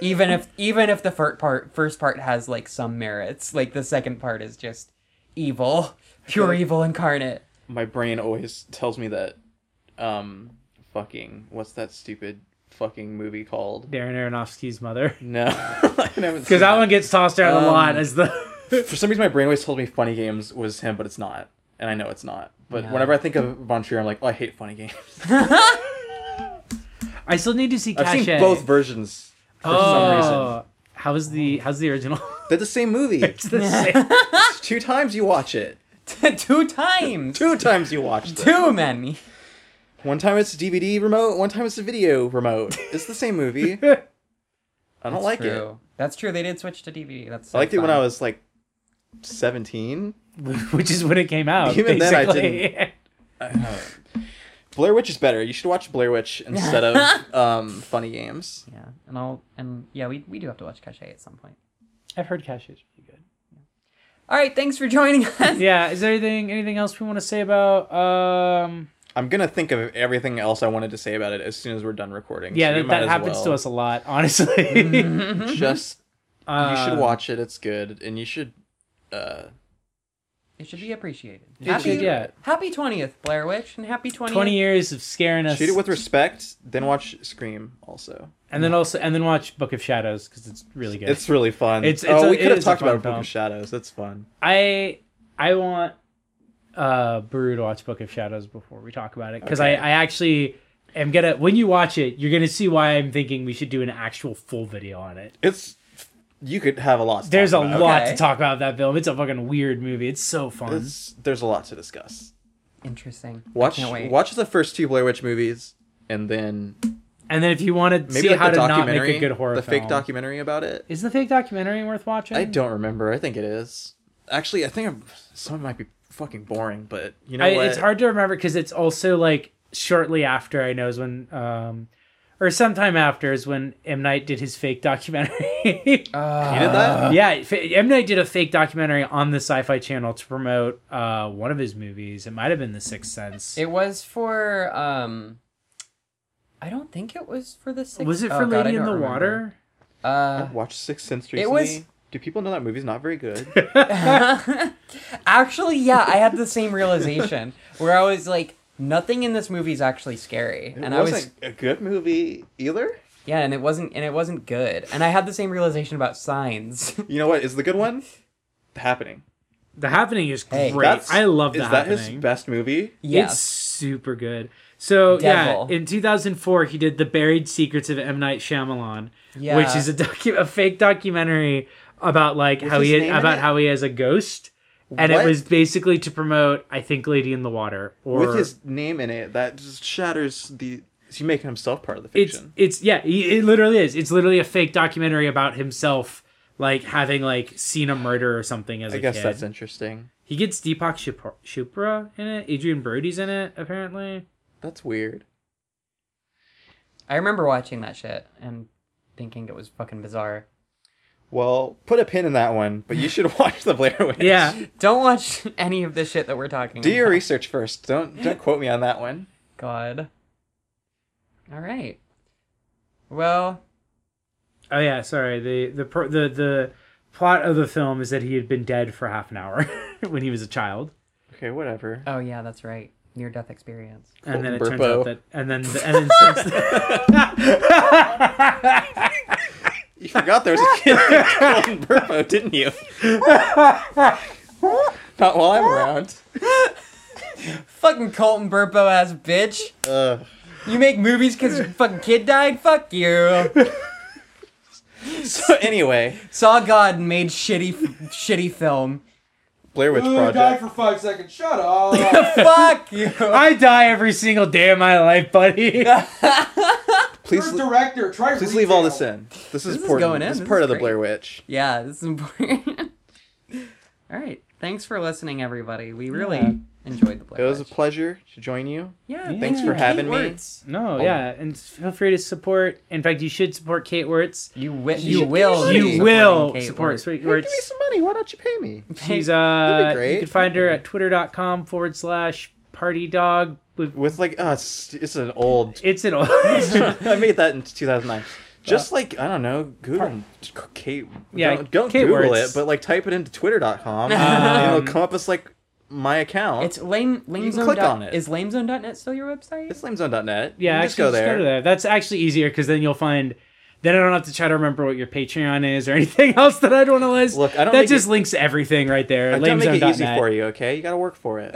Speaker 2: even if even if the first part first part has like some merits, like the second part is just evil, pure evil incarnate. <laughs>
Speaker 3: my brain always tells me that um fucking what's that stupid fucking movie called
Speaker 1: Darren Aronofsky's mother,
Speaker 3: no <laughs> because
Speaker 1: because that one gets tossed around
Speaker 3: Um,
Speaker 1: a lot as the <laughs>
Speaker 3: <laughs> for some reason my brain always told me funny games was him but it's not and i know it's not but whenever i think of von trier i'm like oh i hate funny games <laughs>
Speaker 1: I still need to see.
Speaker 3: i've
Speaker 1: Cachet.
Speaker 3: seen both versions for some reason
Speaker 1: Oh, how's the how's the original? <laughs>
Speaker 3: they're the same movie
Speaker 1: it's the same.
Speaker 3: It's two times you watch it
Speaker 2: Two times.
Speaker 3: two times you watch it
Speaker 2: Too many.
Speaker 3: <laughs> one time it's a dvd remote one time it's a video remote it's the same movie i don't like it
Speaker 2: True. That's true. They did switch to DVD. That's
Speaker 3: i liked it when
Speaker 2: fun.
Speaker 3: i was like 17
Speaker 1: <laughs> which is when it came out.
Speaker 3: Even then, I
Speaker 1: basically. <laughs>
Speaker 3: <laughs> Blair Witch is better. You should watch Blair Witch instead of um, Funny Games.
Speaker 2: Yeah, and I'll and yeah, we we do have to watch Cachet at some point.
Speaker 1: I've heard Cachet's pretty good.
Speaker 2: All right, thanks for joining
Speaker 3: <laughs>
Speaker 2: us.
Speaker 1: Yeah, is there anything anything else we want to say about? um
Speaker 3: I'm gonna think of everything else I wanted to say about it as soon as we're done recording.
Speaker 1: Yeah,
Speaker 3: so you
Speaker 1: that,
Speaker 3: might
Speaker 1: that
Speaker 3: as
Speaker 1: happens to
Speaker 3: well.
Speaker 1: us a lot, honestly. <laughs>
Speaker 2: Mm-hmm.
Speaker 3: Just you
Speaker 1: Uh,
Speaker 3: should watch it. It's good, and you should. Uh,
Speaker 2: It should be appreciated.
Speaker 3: you
Speaker 2: Happy,
Speaker 3: should do
Speaker 1: yeah.
Speaker 3: it.
Speaker 2: happy 20th, Blair Witch, and happy 20th.
Speaker 1: Twenty years of scaring us,
Speaker 3: Treat it with respect. Then watch Scream. Also,
Speaker 1: and then also and then watch Book of Shadows because it's really good.
Speaker 3: it's really fun.
Speaker 1: It's- it's
Speaker 3: oh,
Speaker 1: a-
Speaker 3: we
Speaker 1: it
Speaker 3: could have
Speaker 1: is a
Speaker 3: talked
Speaker 1: fun
Speaker 3: about Book
Speaker 1: film.
Speaker 3: of Shadows. That's fun.
Speaker 1: I I want uh Brew to watch Book of Shadows before we talk about it because
Speaker 3: Okay.
Speaker 1: I I actually am gonna when you watch it you're gonna see why I'm thinking we should do an actual full video on it.
Speaker 3: It's you could have a lot. To
Speaker 1: There's a
Speaker 3: talk about.
Speaker 1: lot
Speaker 2: Okay.
Speaker 1: to talk about that film. It's a fucking weird movie. It's so fun.
Speaker 3: It's- there's a lot to discuss.
Speaker 2: Interesting. I
Speaker 3: Watch
Speaker 2: can't wait.
Speaker 3: watch the first two Blair Witch movies, and then
Speaker 1: and then if you want to
Speaker 3: maybe
Speaker 1: see
Speaker 3: like
Speaker 1: how
Speaker 3: the
Speaker 1: to not
Speaker 3: documentary,
Speaker 1: make a good horror
Speaker 3: the
Speaker 1: film,
Speaker 3: fake documentary about it.
Speaker 1: is the fake documentary worth watching?
Speaker 3: I don't remember. I think it is. Actually, I think I'm, some might be fucking boring, but you know
Speaker 1: I,
Speaker 3: what?
Speaker 1: it's hard to remember because it's also like shortly after I know is when, um, or sometime after is when M Night did his fake
Speaker 3: <laughs>
Speaker 1: documentary.
Speaker 3: You did that?
Speaker 1: yeah, fa- M Night did a fake documentary on the Sci-Fi Channel to promote uh, one of his movies. It might have been The Sixth Sense.
Speaker 2: It was for um. I don't think it was for the six.
Speaker 1: was it
Speaker 2: oh,
Speaker 1: for
Speaker 2: God, I
Speaker 1: Lady in the
Speaker 2: don't remember.
Speaker 1: Water?
Speaker 2: Uh, <laughs>
Speaker 3: Watch Sixth Sense recently.
Speaker 2: It was-
Speaker 3: Do people know that movie's not
Speaker 1: <laughs>
Speaker 3: very good?
Speaker 2: actually, yeah, I had the same realization where I was like, nothing in this movie is actually scary,
Speaker 3: It
Speaker 2: and I was
Speaker 3: wasn't a good movie either.
Speaker 2: Yeah, and it wasn't and it wasn't good. And I had the same realization about signs. <laughs>
Speaker 3: You know what is the good one? The Happening.
Speaker 1: The Happening is
Speaker 2: Hey,
Speaker 1: great. I love The
Speaker 3: Is that
Speaker 1: Happening.
Speaker 3: his best movie?
Speaker 1: It's
Speaker 2: yes.
Speaker 1: super good. So
Speaker 2: Devil.
Speaker 1: yeah, in 2004 he did The Buried Secrets of M Night Shyamalan,
Speaker 2: Yeah.
Speaker 1: which is a docu- a fake documentary about like how
Speaker 3: his
Speaker 1: he
Speaker 3: name in
Speaker 1: about
Speaker 3: it?
Speaker 1: how he has a ghost. And
Speaker 3: What?
Speaker 1: it was basically to promote I think Lady in the Water or
Speaker 3: With his name in it, that just shatters the. He's making himself part of the
Speaker 1: it's
Speaker 3: fiction.
Speaker 1: it's yeah, he, it literally is. It's literally a fake documentary about himself like having like seen a murder or something as a
Speaker 3: I guess
Speaker 1: kid.
Speaker 3: that's interesting.
Speaker 1: He gets Deepak Chopra- Chopra in it. Adrian Brody's in it apparently.
Speaker 3: That's weird.
Speaker 2: I remember watching that shit and thinking it was fucking bizarre.
Speaker 3: Well, put a pin in that one, but you should <laughs> watch the Blair Witch.
Speaker 1: Yeah.
Speaker 2: Don't watch <laughs> any of this shit that we're talking
Speaker 3: Do your
Speaker 2: about.
Speaker 3: research first. Don't don't quote me on that one.
Speaker 2: God. All right. Well,
Speaker 1: Oh yeah, sorry. The the pro- the the plot of the film is that he had been dead for half an hour <laughs> when he was a child,
Speaker 3: Okay, whatever.
Speaker 2: oh yeah, that's right. Near death experience.
Speaker 1: and then it
Speaker 3: Colton
Speaker 1: turns out
Speaker 3: Burpo.
Speaker 1: that and then and then since
Speaker 3: <laughs> You forgot there was a kid named Colin Burpo, didn't you? Not while I'm around.
Speaker 2: Fucking Colton Burpo ass bitch.
Speaker 3: Ugh.
Speaker 2: You make movies cuz your fucking kid died? Fuck you.
Speaker 3: So anyway,
Speaker 2: Saw God and made shitty shitty film.
Speaker 4: Blair Witch
Speaker 5: Ooh, died
Speaker 4: Project.
Speaker 5: for five seconds. Shut up.
Speaker 2: Fuck you.
Speaker 1: I die every single day of my life, buddy.
Speaker 4: Please,
Speaker 5: You're a director. Try
Speaker 3: Please leave all this
Speaker 5: retail.
Speaker 3: in. This
Speaker 2: is
Speaker 3: is important.
Speaker 2: going in.
Speaker 3: This is
Speaker 2: This
Speaker 3: part
Speaker 2: is
Speaker 3: of the
Speaker 2: great.
Speaker 3: Blair Witch.
Speaker 2: Yeah, this is important. <laughs> All right. Thanks for listening, everybody. We really
Speaker 1: Yeah.
Speaker 2: enjoyed the play.
Speaker 3: It was a pleasure to join you.
Speaker 2: yeah,
Speaker 1: thanks for
Speaker 2: Kate
Speaker 3: having me.
Speaker 2: Wertz.
Speaker 1: No, yeah, and feel free to support. In fact, you should support Kate Wirtz.
Speaker 2: You, wi-
Speaker 3: should
Speaker 2: you
Speaker 3: give
Speaker 2: will.
Speaker 3: me
Speaker 2: be
Speaker 1: You
Speaker 3: Supporting
Speaker 1: will
Speaker 2: Oh, supporting Kate
Speaker 1: support
Speaker 2: Wertz.
Speaker 1: Kate
Speaker 4: Hey, give me
Speaker 1: Wirtz.
Speaker 4: some money. Why don't you pay me?
Speaker 1: She's
Speaker 4: That'd
Speaker 1: uh,
Speaker 4: be great.
Speaker 1: you can find her at twitter.com forward slash party dog. with-
Speaker 3: With like, uh, it's, it's an old.
Speaker 1: It's an <laughs>
Speaker 3: <laughs> I made that in 2009. Just like I don't know, Google Kate.
Speaker 1: Uh, Yeah,
Speaker 3: don't, don't
Speaker 1: Kate
Speaker 3: Google
Speaker 1: Wirtz.
Speaker 3: it, but like type it into Twitter.com,
Speaker 1: Um,
Speaker 3: and it'll come up as like my account.
Speaker 2: It's lame. Lamezone.
Speaker 3: click
Speaker 2: dot-
Speaker 3: on it.
Speaker 2: Is lamezone.net still your website?
Speaker 3: It's lamezone.net. You
Speaker 1: Yeah,
Speaker 3: can
Speaker 1: actually,
Speaker 3: just go there.
Speaker 1: Just go to there. That's actually easier because then you'll find. Then I don't have to try to remember what your Patreon is or <laughs> anything else that I'd want to list.
Speaker 3: Look, I don't
Speaker 1: That
Speaker 3: make
Speaker 1: just
Speaker 3: it-
Speaker 1: links everything right there.
Speaker 3: I don't make it easy
Speaker 1: lamezone.net.
Speaker 3: for you, okay? You gotta work for it.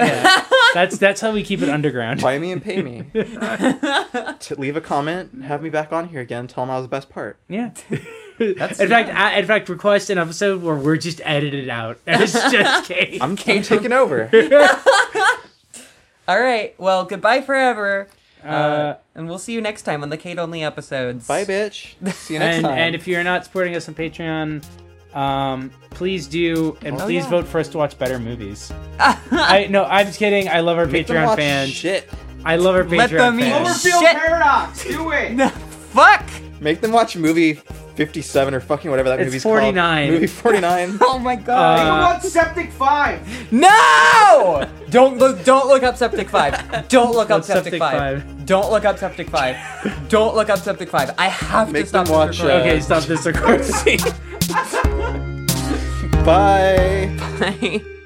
Speaker 1: That's that's how we keep it underground.
Speaker 3: <laughs> Buy me and
Speaker 1: <laughs>
Speaker 3: pay me. to leave a comment, have me back on here again. Tell them I was the best part. <laughs>
Speaker 1: Yeah. <laughs> in fact, I, in fact, request an episode where we're just edited out. <laughs> And it's just
Speaker 3: <laughs>
Speaker 1: Uh, Kate. <laughs>
Speaker 3: I'm, I'm taking <laughs> over.
Speaker 2: All right. Well, goodbye forever.
Speaker 1: Uh,
Speaker 2: and we'll see you next time on the Kate Only episodes.
Speaker 3: Bye, bitch. See you next
Speaker 1: and,
Speaker 3: time.
Speaker 1: and if you're not supporting us on Patreon, um, please do, and
Speaker 2: Oh,
Speaker 1: please
Speaker 2: yeah.
Speaker 1: vote for us to watch better
Speaker 3: <laughs>
Speaker 1: movies. I no, I'm just kidding. I love our
Speaker 3: Make them
Speaker 1: Patreon
Speaker 3: watch
Speaker 1: fans.
Speaker 3: Shit.
Speaker 1: I love our Patreon
Speaker 2: Let them eat
Speaker 1: fans.
Speaker 5: Cloverfield
Speaker 2: Shit.
Speaker 5: Paradox. Do it.
Speaker 2: Fuck. <laughs>
Speaker 3: Make them watch movie 57 or fucking whatever that
Speaker 1: It's
Speaker 3: movie's
Speaker 1: 49.
Speaker 3: called.
Speaker 1: <laughs>
Speaker 3: Movie 49.
Speaker 2: Oh my god.
Speaker 1: Uh,
Speaker 5: Think about Septic
Speaker 2: <laughs>
Speaker 5: Five.
Speaker 2: No! Don't look don't look up Septic 5. Don't look up
Speaker 1: What's
Speaker 2: Septic,
Speaker 1: Septic
Speaker 2: 5. Don't look up Septic 5. Don't look up Septic 5. I have
Speaker 3: Make
Speaker 2: to stop
Speaker 3: them watch, uh,
Speaker 2: this recording.
Speaker 1: Okay, stop this, of course.
Speaker 3: Bye.
Speaker 2: Okay.